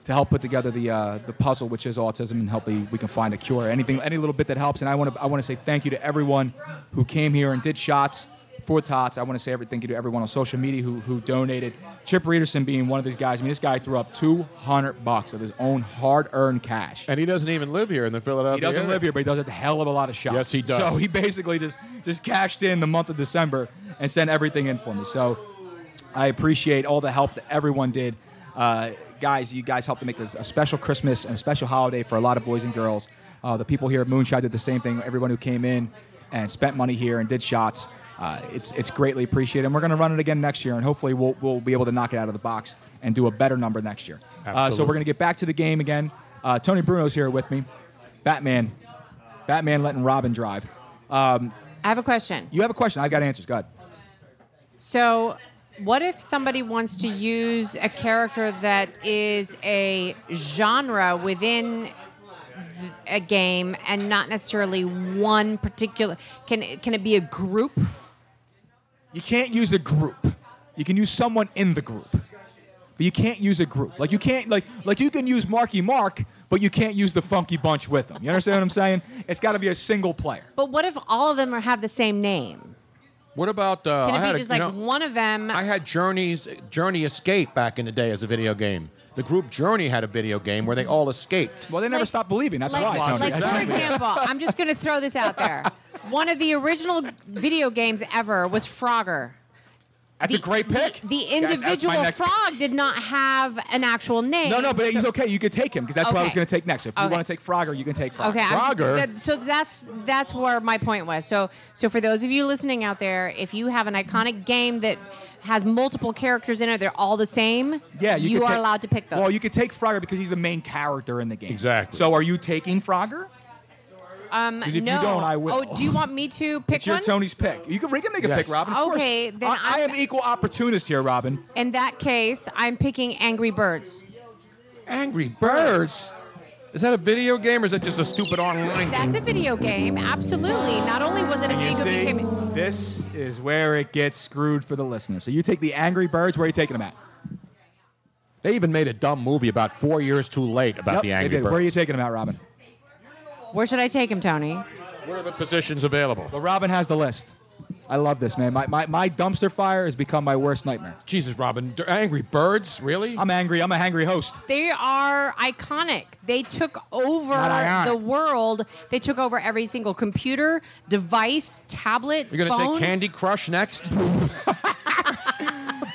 to help put together the uh, the puzzle which is autism and help we, we can find a cure anything any little bit that helps and I want to I want to say thank you to everyone who came here and did shots for tots I want to say every thank you to everyone on social media who who donated Chip Reederson being one of these guys I mean this guy threw up 200 bucks of his own hard earned cash and he doesn't even live here in the Philadelphia he doesn't area. live here but he does a hell of a lot of shots Yes, he does. so he basically just just cashed in the month of December and sent everything in for me. So I appreciate all the help that everyone did. Uh, guys, you guys helped to make this a special Christmas and a special holiday for a lot of boys and girls. Uh, the people here at Moonshine did the same thing. Everyone who came in and spent money here and did shots. Uh, it's it's greatly appreciated, and we're going to run it again next year, and hopefully we'll we'll be able to knock it out of the box and do a better number next year. Uh, so Absolutely. we're going to get back to the game again. Uh, Tony Bruno's here with me. Batman, Batman letting Robin drive. Um, I have a question. You have a question. I've got answers. Go ahead. So, what if somebody wants to use a character that is a genre within th- a game and not necessarily one particular? Can it- can it be a group? You can't use a group. You can use someone in the group, but you can't use a group. Like you can't like like you can use Marky Mark, but you can't use the Funky Bunch with them. You understand what I'm saying? It's got to be a single player. But what if all of them are, have the same name? What about? Oh, Uh, Can I it had be a- just you like know- one of them? I had Journey's Journey Escape back in the day as a video game. The group Journey had a video game where they all escaped. Well, they never stopped believing. like, like, for example, I'm just going to throw this out there. One of the original video games ever was Frogger. That's a great pick. The That- that's my individual next pick. frog did not have an actual name. No, no, but he's okay. You could take him because that's what I was Okay. going to take next. If you Okay. want to take Frogger, you can take Frogger. Okay, I'm just- that- so that's that's where my point was. So so for those of you listening out there, if you have an iconic game that has multiple characters in it, they're all the same. yeah, you, you, could are take- allowed to pick those. Well, you could take Frogger because he's the main character in the game. Exactly. So are you taking Frogger? um, 'cause if you no. don't, I will. Oh, do you want me to pick it's your one? Tony's pick. You can, we can make a Yes. pick, Robin. Of Okay, course. then I, I am equal opportunist here, Robin. In that case, I'm picking Angry Birds. Angry Birds. Is that a video game or is that just a stupid online? That's a video game, absolutely. Not only was it a And video you see, game, this is where it gets screwed for the listener. So you take the Angry Birds. Where are you taking them at? They even made a dumb movie about four years too late about Yep, the they Angry did. Birds. Where are you taking them at, Robin? where should I take him, Tony? What are the positions available? Well, Robin has the list. I love this, man. My, my, my dumpster fire has become my worst nightmare. Jesus, Robin. Angry birds? Really? I'm angry. I'm a hangry host. They are iconic. They took over Not the ionic. world. They took over every single computer, device, tablet, You're going to phone. take Candy Crush next?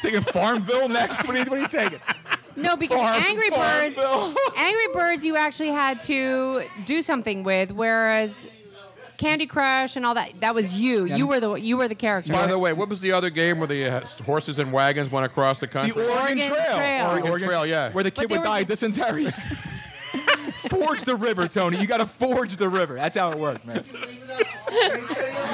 taking Farmville next? What are you, what are you taking? No, because Farm- Angry Birds, Angry Birds, you actually had to do something with, whereas Candy Crush and all that, that was you. You were the you were the character. By the way, what was the other game where the uh, horses and wagons went across the country? Oregon Oregon Trail. Trail. Oregon, Oregon- Trail, yeah. Where the kid would die of dysentery. forge the river, Tony. You got to forge the river. That's how it worked, man.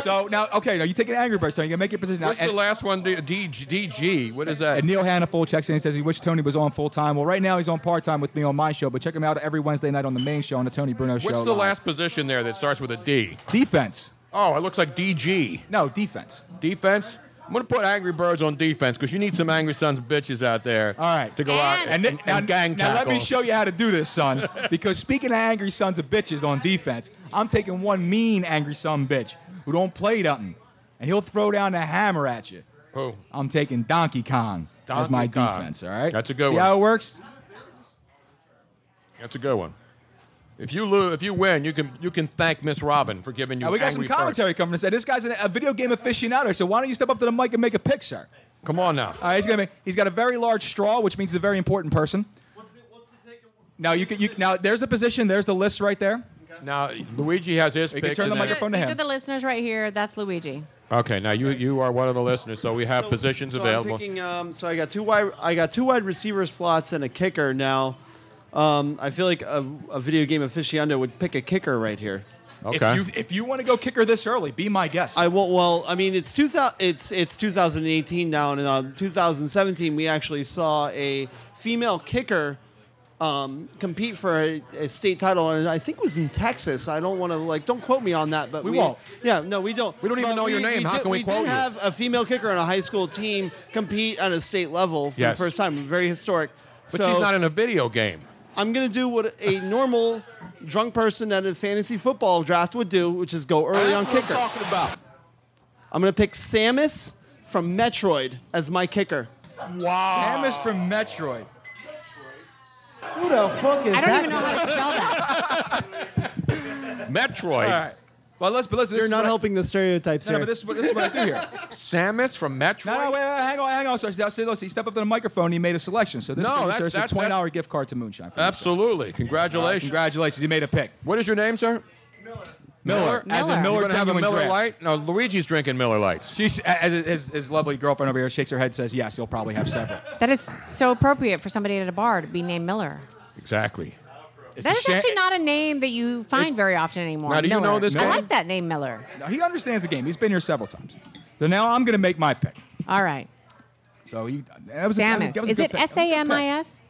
so now, okay, now you take an Angry Birds, Tony. You gotta make your position. Now, What's the and- last one? D- D- DG. What is that? And Neil Hannaful checks in and says he wished Tony was on full time. Well, right now he's on part time with me on my show, but check him out every Wednesday night on the main show on the Tony Bruno show. What's the live. last position there that starts with a D? Defense. Oh, it looks like DG. No, defense. Defense? I'm going to put Angry Birds on defense because you need some Angry Sons of bitches out there. All right. To go out and, and, now, gang now let me tackle. show you how to do this, son. Because speaking of angry sons of bitches on defense, I'm taking one mean angry son of a bitch who don't play nothing, and he'll throw down the hammer at you. Who? I'm taking Donkey Kong as my Donkey Kong. defense. All right. That's a good See one. how it works? That's a good one. If you lose, if you win, you can you can thank Miss Robin for giving you. Now, we got some Angry Birds. commentary coming to say this guy's an, a video game aficionado, so why don't you step up to the mic and make a picture? Come on now. All right, he's gonna make, he's got a very large straw, which means he's a very important person. Now you can you now there's the position, there's the list right there. Now Luigi has his. You can pick turn and the then- microphone These are the listeners right here. That's Luigi. Okay, now you you are one of the listeners, so we have positions so available. I'm picking, um, so I got two wide. I got two wide receiver slots and a kicker now. Um, I feel like a, a video game aficionado would pick a kicker right here. If you if you want to go kicker this early, be my guest. I will. Well, I mean, it's two thousand. It's it's 2018 now, and in uh, 2017 we actually saw a female kicker um, compete for a, a state title, and I think it was in Texas. I don't want to like don't quote me on that, but We we, won't. Yeah, no, we don't. We don't even But know your name. How did- can we did quote you? have a female kicker on a high school team compete on a state level for Yes. the first time. Very historic. but So- she's not in a video game. I'm gonna do what a normal drunk person at a fantasy football draft would do, which is go early on kicker. talking about. I'm gonna pick Samus from Metroid as my kicker. Wow. Samus from Metroid. Who the fuck is I don't that even know guy? how to spell Metroid. All right. Well, let's but listen. You're this is not what I- helping the stereotypes No, no, here. but this is what this is what I do here. Samus from Metroid. No, no, wait, wait, hang on, hang on. So, so, so, so he stepped up to the microphone. and He made a selection. So this No, is that's- gonna be- so that's- it's a twenty dollar gift card to Moonshine. for me. Absolutely. Congratulations. Congratulations. You made a pick. What is your name, sir? Miller, as in Miller. You're gonna have a Genuine Miller Draft. Light? No, Luigi's drinking Miller Lights. She's as as- his, his lovely girlfriend over here shakes her head, says yes, he'll probably have several. That is so appropriate for somebody at a bar to be named Miller. Exactly. that is actually not a name that you find very often anymore. Now, do you Miller. know this I game? like that name, Miller. Now, he understands the game. He's been here several times. So now I'm going to make my pick. All right. So you, that was a- that was- Samus. that was a Is good it pick. That was S a good A pick. M I S?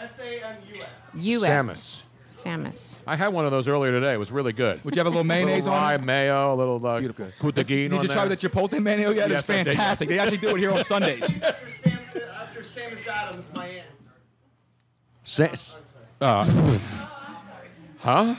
Samus. U.S. Samus. I had one of those earlier today. It was really good. Would you have a little mayonnaise little on rye, it? mayo, a little uh, Beautiful. Did you try the Chipotle mayo yet? Yes, it's I did. fantastic. They actually do it here on Sundays. after, Sam, after Samus Adams, my aunt. Sa- uh, huh?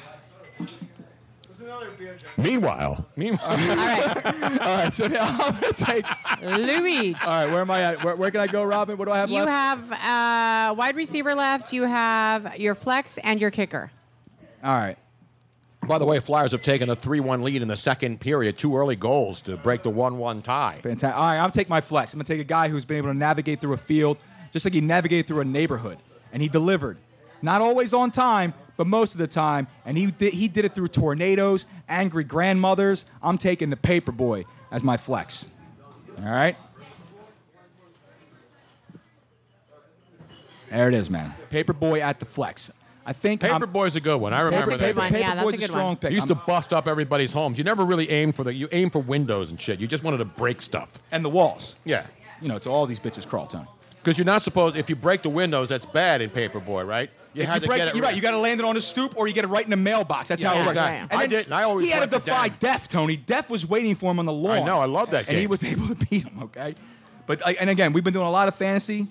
Meanwhile. Meanwhile. All right, so now I'm going to take. Luigi. All right, where am I at? Where, where can I go, Robin? What do I have You have left? uh, wide receiver left. You have your flex and your kicker. All right. By the way, Flyers have taken a 3 1 lead in the second period. Two early goals to break the 1 1 tie. Fantastic. All right, I'll take my flex. I'm going to take a guy who's been able to navigate through a field just like he navigated through a neighborhood, and he delivered. Not always on time, but most of the time, and he did, he did it through tornadoes, angry grandmothers. I'm taking the paper boy as my flex. All right. There it is, man. Paperboy at the flex. I think I'm- Paperboy's a good one. I remember Paper- that. Paper- Yeah, that's a Paperboy's a good strong one. pick. You used I'm- to bust up everybody's homes. You never really aimed for the. You aimed for windows and shit. You just wanted to break stuff. And the walls. Yeah. You know, to all these bitches crawl time. Because you're not supposed. If you break the windows, that's bad in Paperboy, right? You If had to break get it- it. you're right. You got to land it on a stoop, or you get it right in the mailbox. That's Yeah, how it works. exactly. I then didn't. I always he had to break it defy down. death. Tony, death was waiting for him on the lawn. know, I love that And he game. was able to beat him. Okay, but like, and again, we've been doing a lot of fantasy.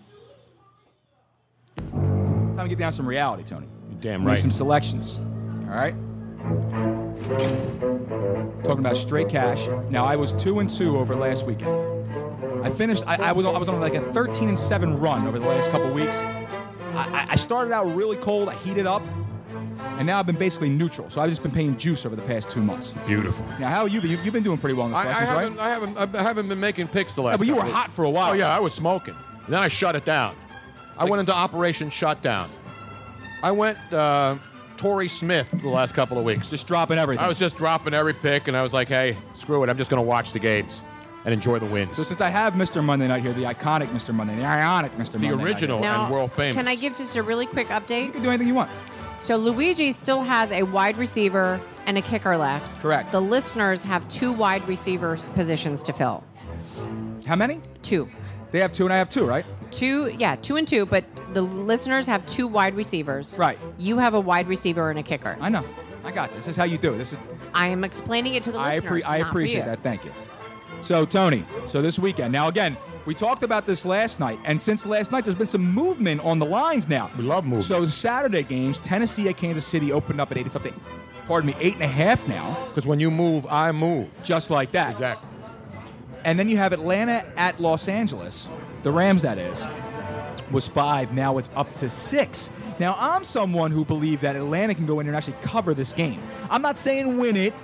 It's time to get down some reality, Tony. Damn Make right. some selections. All right. Talking about straight cash. Now I was two and two over last weekend. I finished. I, I was on- I was on like a 13 and seven run over the last couple weeks. I, I- I started out really cold. I heated up, and now I've been basically neutral. So I've just been paying juice over the past two months. Beautiful. Now how are you? You've you've been doing pretty well in this I, I lessons, right? haven't, I haven't, I haven't been making picks the last. but you couple were weeks. hot for a while. Oh yeah, I was smoking. And then I shut it down. I went into Operation Shutdown. I went uh, Tory Smith the last couple of weeks. Just dropping everything. I was just dropping every pick, and I was like, hey, screw it. I'm just going to watch the games and enjoy the wins. So since I have Mr. Monday Night here, the iconic Mr. Monday, the ionic Mr. The Monday, Night original here. Now, and world famous. Can I give just a really quick update? You can do anything you want. So Luigi still has a wide receiver and a kicker left. Correct. The listeners have two wide receiver positions to fill. How many? Two. They have two, and I have two, right? Two, yeah, two and two, but the listeners have two wide receivers. Right. You have a wide receiver and a kicker. I know. I got this. This is how you do it. This is. I am explaining it to the I, listeners. appre- I not for you. appreciate that. Thank you. So Tony, so this weekend. Now again, we talked about this last night, and since last night, there's been some movement on the lines. Now we love movement. So Saturday games, Tennessee at Kansas City opened up at eight. It's up to, pardon me, eight and a half now. Because when you move, I move. Just like that. Exactly. And then you have Atlanta at Los Angeles, the Rams. That is, was five. Now it's up to six. Now I'm someone who believe that Atlanta can go in and actually cover this game. I'm not saying win it,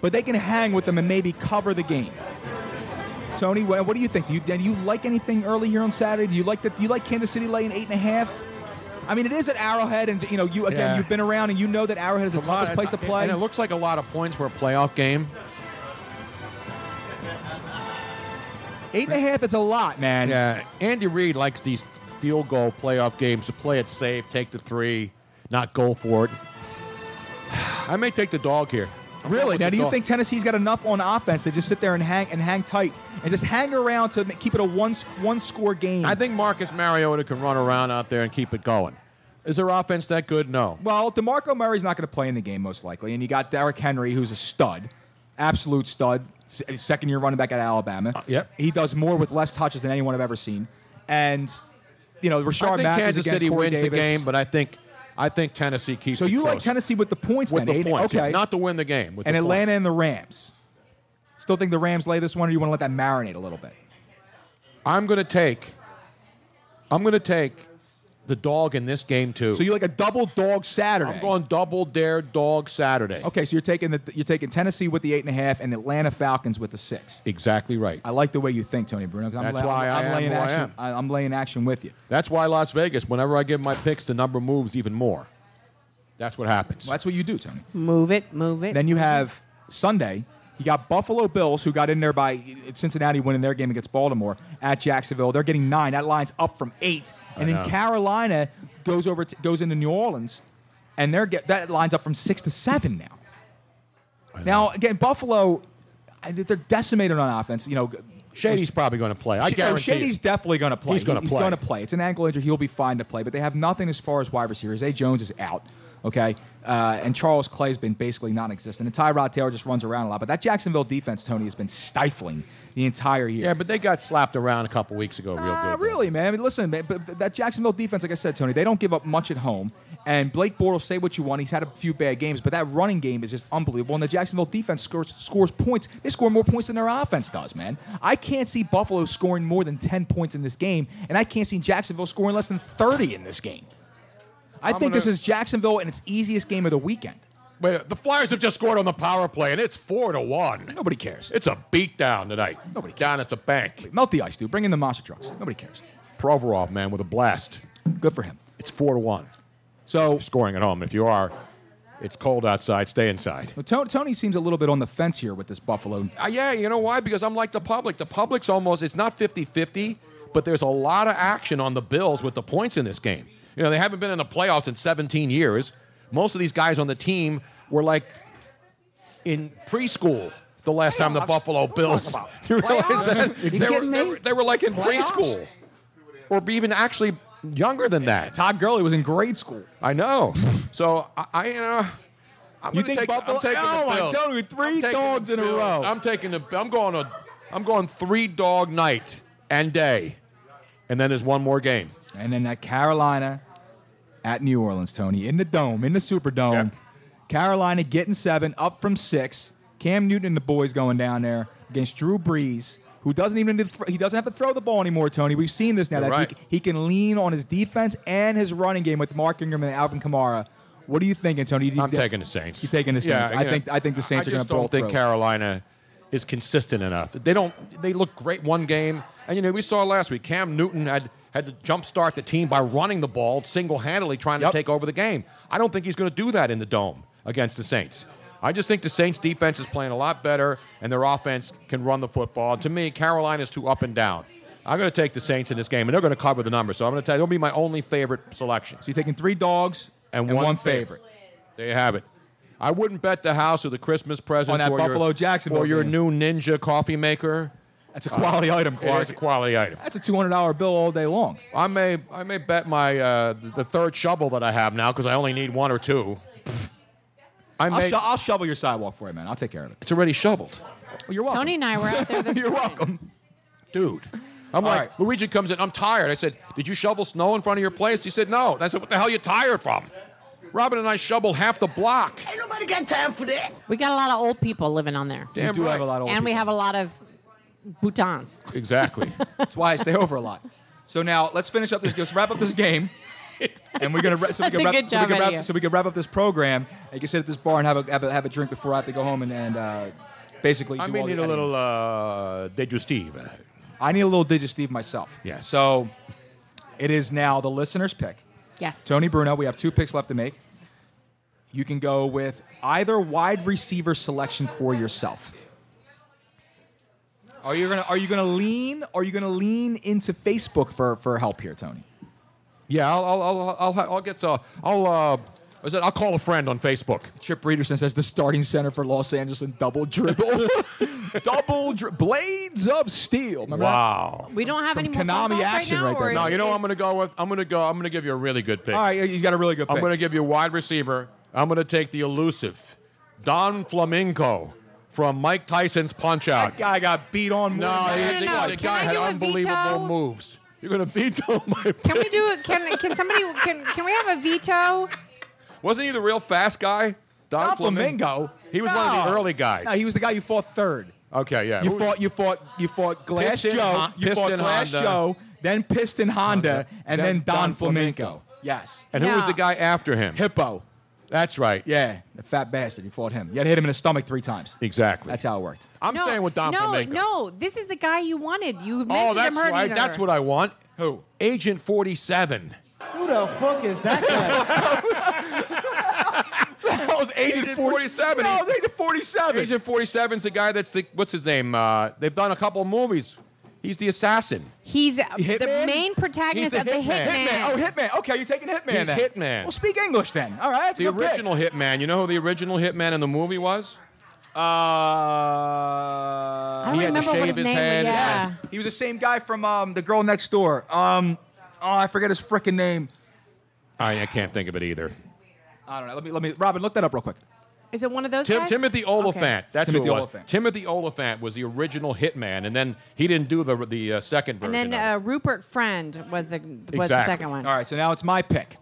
but they can hang with them and maybe cover the game. Tony, wha- what do you think? Do you, do you like anything early here on Saturday? Do you like that? Do you like Kansas City laying eight and a half? I mean, it is at Arrowhead, and you know, you again, Yeah. you've been around, and you know that Arrowhead is the toughest place to play. And it looks like a lot of points for a playoff game. Eight and a half, it's a lot, man. Yeah. Uh, Andy Reid likes these field goal playoff games to play it safe, take the three, not go for it. I may take the dog here. Really? Now, the do you dog. think Tennessee's got enough on offense to just sit there and hang and hang tight and just hang around to ma- keep it a one one score game? I think Marcus Mariota can run around out there and keep it going. Is their offense that good? No. Well, Demarco Murray's not going to play in the game most likely, and you got Derrick Henry, who's a stud, absolute stud, s- second year running back at Alabama. Uh, yep. He does more with less touches than anyone I've ever seen, and you know Rashard I think Mathis Kansas again, City Corey wins the Davis. game, but I think I think Tennessee keeps. so it you like close. Tennessee with the points with then? the eight- points, yeah, okay. not to win the game. With and the Atlanta points. and the Rams. Still think the Rams lay this one, or you want to let that marinate a little bit? I'm going to take. I'm going to take the dog in this game too. So you like a double dog Saturday? I'm going double dare dog Saturday. Okay, so you're taking the you're taking Tennessee with the eight and a half and Atlanta Falcons with the six. Exactly right. I like the way you think, Tony Bruno. 'cause I'm That's la- why I I'm am laying who I action. am. am laying action with you. That's why Las Vegas. Whenever I give my picks, the number moves even more. That's what happens. Well, that's what you do, Tony. Move it, move it. Then you have Sunday. You got Buffalo Bills, who got in there by Cincinnati winning their game against Baltimore at Jacksonville. They're getting nine. That line's up from eight. I And then know. Carolina goes over to, goes into New Orleans, and they're get, that line's up from six to seven now. Now again, Buffalo, I think they're decimated on offense. You know, Shady's probably going to play. I Sh- oh, guarantee. Shady's it. definitely going to play. He's going to He's play. going to play. It's an ankle injury. He'll be fine to play. But they have nothing as far as wide receivers. A Jones is out. Okay, uh, and Charles Clay's been basically non-existent. And Tyrod Taylor just runs around a lot. But that Jacksonville defense, Tony, has been stifling the entire year. Yeah, but they got slapped around a couple weeks ago, real Ah, good. really, man. I mean, listen, man, but but that Jacksonville defense, like I said, Tony, they don't give up much at home. And Blake Bortles, say what you want, he's had a few bad games, but that running game is just unbelievable. And the Jacksonville defense scores scores points. They score more points than their offense does, man. I can't see Buffalo scoring more than ten points in this game, and I can't see Jacksonville scoring less than thirty in this game. I I'm think this gonna- is Jacksonville and its easiest game of the weekend. Wait, the Flyers have just scored on the power play, and it's four to one. Nobody cares. It's a beatdown tonight. Nobody down at the bank. Melt the ice, dude. Bring in the monster trucks. Nobody cares. Provorov, man, with a blast. Good for him. It's four to one. So scoring at home. If you are, it's cold outside. Stay inside. Well, Tony, Tony seems a little bit on the fence here with this Buffalo Uh, yeah, you know why? Because I'm like the public. The public's almost, it's not 50 50, but there's a lot of action on the Bills with the points in this game. You know, they haven't been in the playoffs in 17 years. Most of these guys on the team were like in preschool the last time the Buffalo Bills. You realize that? You They were, kidding they, me? were, they were like in Playoffs? preschool or be even actually younger than that. Todd Gurley was in grade school. I know. so I, I uh, I'm You gonna think take, Buffalo- I'm taking Oh, the I Bills. told you, three I'm taking dogs the in a Bills. row. I'm taking the. I'm going a. I'm going three dog night and day, and then there's one more game. And then that Carolina at New Orleans, Tony, in the dome, in the Superdome. Carolina getting seven, up from six. Cam Newton and the boys going down there against Drew Brees, who doesn't even need to thro- he doesn't have to throw the ball anymore. Tony, we've seen this now You're that he right. c- he, can lean on his defense and his running game with Mark Ingram and Alvin Kamara. What are you thinking, Tony? Do you- I'm taking the Saints. You're taking the Saints. I yeah. think I think the Saints I are going just to blow don't think through. Carolina is consistent enough. They don't. They look great one game, and you know we saw last week Cam Newton had had to jump start the team by running the ball single handedly, trying to take over the game. I don't think he's going to do that in the dome against the Saints. I just think the Saints' defense is playing a lot better, and their offense can run the football. To me, Carolina's too up and down. I'm going to take the Saints in this game, and they're going to cover the numbers. So I'm going to tell you, they'll be my only favorite selection. So you're taking three dogs and, and one, one favorite. There you have it. I wouldn't bet the house or the Christmas present On that or Buffalo your, Jacksonville or your game. new Ninja coffee maker. That's a quality item, Clark. It is a quality item. That's a two hundred dollar bill all day long. I may I may bet my uh, the third shovel that I have now because I only need one or two. I I'll, may, sho- I'll shovel your sidewalk for you, man. I'll take care of it. it's already shoveled, Well, you're welcome. Tony and I were out there this You're morning. welcome. dude. I'm All like Luigi comes in. I'm tired. I said, "Did you shovel snow in front of your place?" He said, "No." And I said, "What the hell are you tired from?" Robin and I shoveled half the block. Ain't nobody got time for that. We got a lot of old people living on there. Damn We do right. have a lot of and old we have a lot of boutons. Exactly. That's why I stay over a lot. So now let's finish up this. Let's wrap up this game, and we're gonna ra- so we That's can a wrap, good so we job out can of wrap you. so we can wrap up this program. And you can sit at this bar and have a have a, have a drink before I have to go home and, and uh, basically. I do may all need the a editing. little uh, digestive. I need a little digestive myself. Yeah. So it is now the listener's pick. Yes. Tony Bruno, we have two picks left to make. You can go with either wide receiver selection for yourself. Are you gonna Are you gonna lean? Are you gonna lean into Facebook for for help here, Tony? Yeah, I'll I'll I'll, I'll, ha- I'll get uh, I'll uh, is it, I'll call a friend on Facebook. Chip Readerson says the starting center for Los Angeles in double dribble, double dri- blades of steel. Remember that? Wow. We don't have From any more Konami phone calls action right, now, right there. or No, is- you know what I'm is- going to go with. I'm going to go. I'm going to give you a really good pick. All right, he's got a really good pick. I'm going to give you a wide receiver. I'm going to take the elusive Don Flamenco from Mike Tyson's Punch Out. That guy got beat on. No, more than he- that. the no, no. guy Can I had do a unbelievable veto? moves. You're going to veto my. Can we do it? Can Can somebody? Can Can we have a veto? Wasn't he the real fast guy? Don, Don Flamingo. He was one of the No. early guys. No, he was the guy you fought third. Okay, yeah. You Who- fought, you fought, you fought Glass Piston Joe, Hon- you fought Piston Glass Honda. Joe, then Piston Honda, and then, Don, Flamenco. Yes. And who was the No. guy after him? Hippo. That's right. Yeah, the fat bastard. You fought him. You had to hit him in the stomach three times. Exactly. That's how it worked. I'm no, staying with Don no, Flamenco. No, this is the guy you wanted. You mentioned Oh, that's him right. That's what I want. Who? Agent 47. Who the fuck is that guy? that was Agent, 47. No, it was Agent 47. Agent 47 is the guy that's the, what's his name? Uh, they've done a couple of movies. He's the assassin. He's uh, the Hitman? main protagonist He's of the the hitman. Hitman. Hitman. Oh, Hitman. Okay, you're taking Hitman He's then. Hitman. Well, speak English then. All right. that's a The good pick. original Hitman. You know who the original Hitman in the movie was? Uh, I Uh, Oh, don't He had to remember what shave his his name head. was. Yeah. He was the same guy from um, the girl next door. Um, oh, I forget his freaking name. I, I can't think of it either. I don't know. Let me, let me. Robin, look that up real quick. Is it one of those Tim, guys? Timothy Oliphant. Okay. That's Timothy who it was. Oliphant. Timothy Oliphant was the original Hitman, and then he didn't do the the uh, second And version. then of it. uh, Rupert Friend was the was the Exactly. second one. All right, so now it's my pick,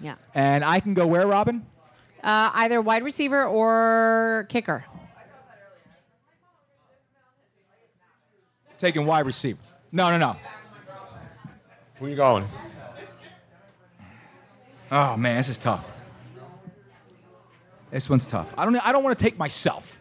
Yeah. and I can go where, Robin? Uh, either wide receiver or kicker. Taking wide receiver. No, no, no. Where you going? Oh man, this is tough. This one's tough. I don't. I don't want to take myself.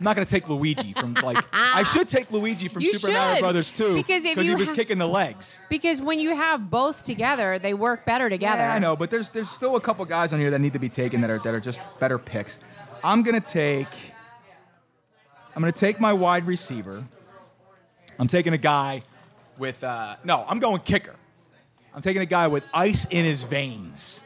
I'm not going to take Luigi from like. I should take Luigi from You Super Mario should, Brothers too because if he you was ha- kicking the legs. Because when you have both together, they work better together. Yeah, I know, but there's there's still a couple guys on here that need to be taken that are that are just better picks. I'm gonna take. I'm gonna take my wide receiver. I'm taking a guy with uh, no. I'm going kicker. I'm taking a guy with ice in his veins.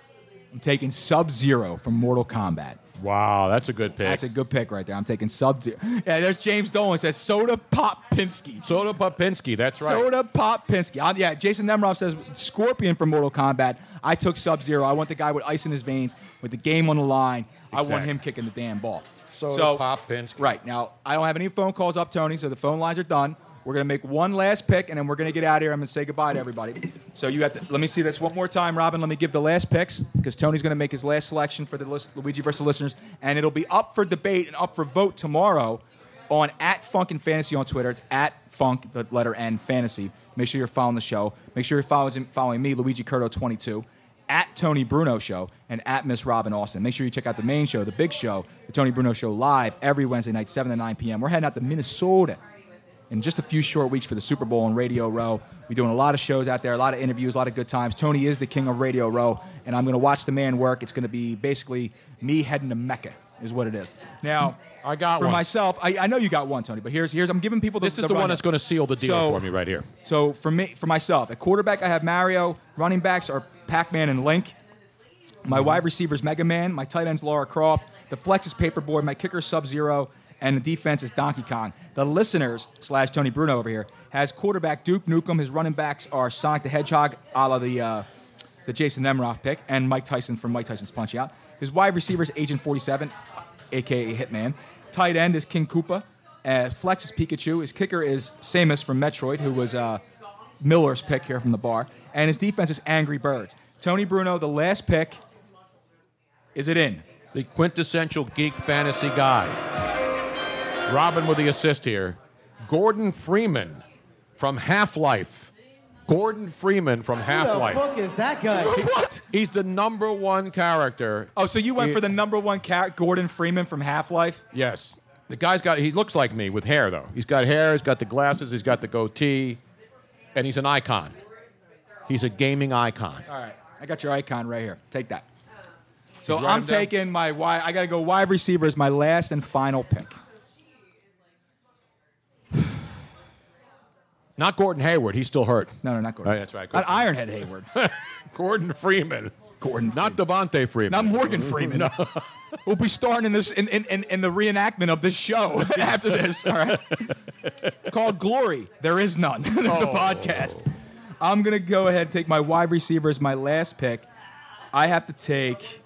I'm taking Sub Zero from Mortal Kombat. Wow, that's a good pick. That's a good pick right there. I'm taking Sub Zero. Yeah, there's James Dolan says Soda Pop Pinsky. Soda Popinski. That's right. Soda Pop Pinsky. I- yeah, Jason Nemrov says Scorpion from Mortal Kombat. I took Sub Zero. I want the guy with ice in his veins, with the game on the line. I want Exactly. him kicking the damn ball. Soda Pop Pinsky. Right. Now, I don't have any phone calls up, Tony, so the phone lines are done. We're going to make one last pick, and then we're going to get out of here. I'm going to say goodbye to everybody. So you have to let me see this one more time, Robin. Let me give the last picks because Tony's going to make his last selection for the list, Luigi versus listeners, and it'll be up for debate and up for vote tomorrow on at Funk and Fantasy on Twitter. It's at Funk the letter N Fantasy. Make sure you're following the show. Make sure you're following following me, Luigi Curto twenty two. At Tony Bruno Show and at Miss Robin Austin. Make sure you check out the main show, the big show, the Tony Bruno Show live every Wednesday night, 7 to 9 p.m. We're heading out to Minnesota in just a few short weeks for the Super Bowl and Radio Row. We're doing a lot of shows out there, a lot of interviews, a lot of good times. Tony is the king of Radio Row, and I'm going to watch the man work. It's going to be basically me heading to Mecca, is what it is. Now, I got for one. myself, I, I know you got one, Tony, but here's here's I'm giving people the This is the one rundown. that's going to seal the deal So- for me right here. So for me, for myself, at quarterback, I have Mario. Running backs are Pac-Man and Link. My wide receivers, Mega Man. My tight end's Laura Croft. The flex is Paperboy. My kicker, Sub Zero. And the defense is Donkey Kong. The listeners slash Tony Bruno over here has quarterback Duke Nukem. His running backs are Sonic the Hedgehog, a la the uh, the Jason Nemiroff pick, and Mike Tyson from Mike Tyson's Punch Out. His wide receiver is Agent 47, aka Hitman. Tight end is King Koopa. Uh, flex is Pikachu. His kicker is Samus from Metroid, who was uh, Miller's pick here from the bar. And his defense is Angry Birds. Tony Bruno, the last pick. Is it in? The quintessential geek fantasy guy. Robin with the assist here. Gordon Freeman from Half Life. Gordon Freeman from Half Life. Who the fuck is that guy? what? He's the number one character. Oh, so you went He- for the number one cat, Gordon Freeman from Half Life? Yes. The guy's got, he looks like me with hair, though. He's got hair, he's got the glasses, he's got the goatee, and he's an icon. He's a gaming icon. All right. I got your icon right here. Take that. So Did Oh. you write I'm him down? taking my wide. I got to go wide receiver as my last and final pick. Not Gordon Hayward, he's still hurt. No, no, not Gordon. Oh, that's right. Not Ironhead Hayward. Gordon Freeman. Gordon. Not Devontae Freeman. Not Morgan Freeman. We'll be starring in this in, in, in, in the reenactment of this show after this. All right. Called Glory. There is none. the Oh. podcast. I'm gonna go ahead and take my wide receiver as my last pick. I have to take.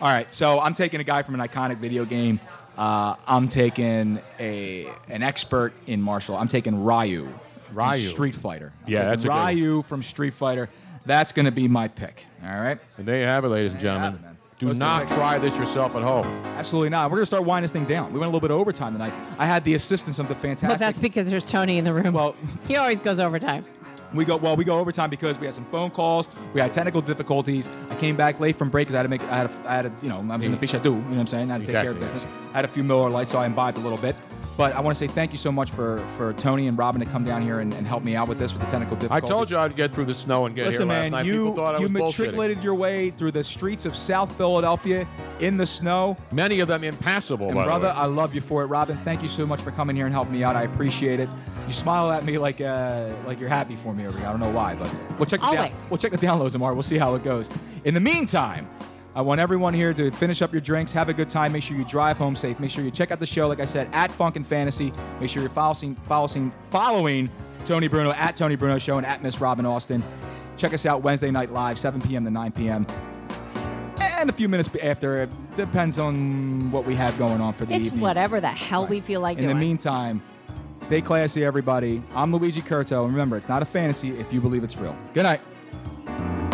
All right, so I'm taking a guy from an iconic video game. Uh, I'm taking a an expert in martial. I'm taking Ryu. from Ryu. Street Fighter. I'm Yeah, taking that's a good one. Ryu from Street Fighter. That's gonna be my pick. All right. And there you have it, ladies and gentlemen. Do Those not things- try this yourself at home. Absolutely not. We're gonna start winding this thing down. We went a little bit overtime tonight. I had the assistance of the fantastic. But that's because there's Tony in the room. Well, he always goes overtime. We go well. We go overtime because we had some phone calls. We had technical difficulties. I came back late from break because I had to make. I had. A, I had. A, you know, I was in a bitch I do. You know what I'm saying? I had to take care of Mm. Exactly, business. I had a few Miller Lights, so I imbibed a little bit. But I want to say thank you so much for for Tony and Robin to come down here and, and help me out with this with the technical I difficulties. told you I'd get through the snow and get Listen, here last man, night. you People thought I you was matriculated your way through the streets of South Philadelphia in the snow. bullshitting. Many of them impassable, And by the brother, way. I love you for it, Robin. Thank you so much for coming here and helping me out. I appreciate it. You smile at me like uh, like you're happy for me over here. I don't know why, but we'll check the down- Always. we'll check the downloads tomorrow. We'll see how it goes. In the meantime, I want everyone here to finish up your drinks, have a good time. Make sure you drive home safe. Make sure you check out the show, like I said, at Funk and Fantasy. Make sure you're following following following Tony Bruno at Tony Bruno Show and at Miss Robin Austin. Check us out Wednesday night live, 7 p.m. to 9 p.m. And a few minutes after, it depends on what we have going on for the It's evening. whatever the hell we feel like In the doing. meantime, stay classy, everybody. I'm Luigi Curto, and remember, it's not a fantasy if you believe it's real. Good night.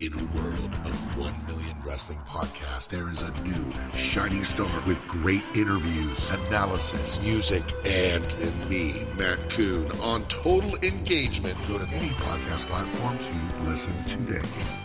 In a world of 1 million wrestling podcasts, there is a new shining star with great interviews, analysis, music, and, and me, Matt Coon, on total engagement. Go to any podcast platform to listen today.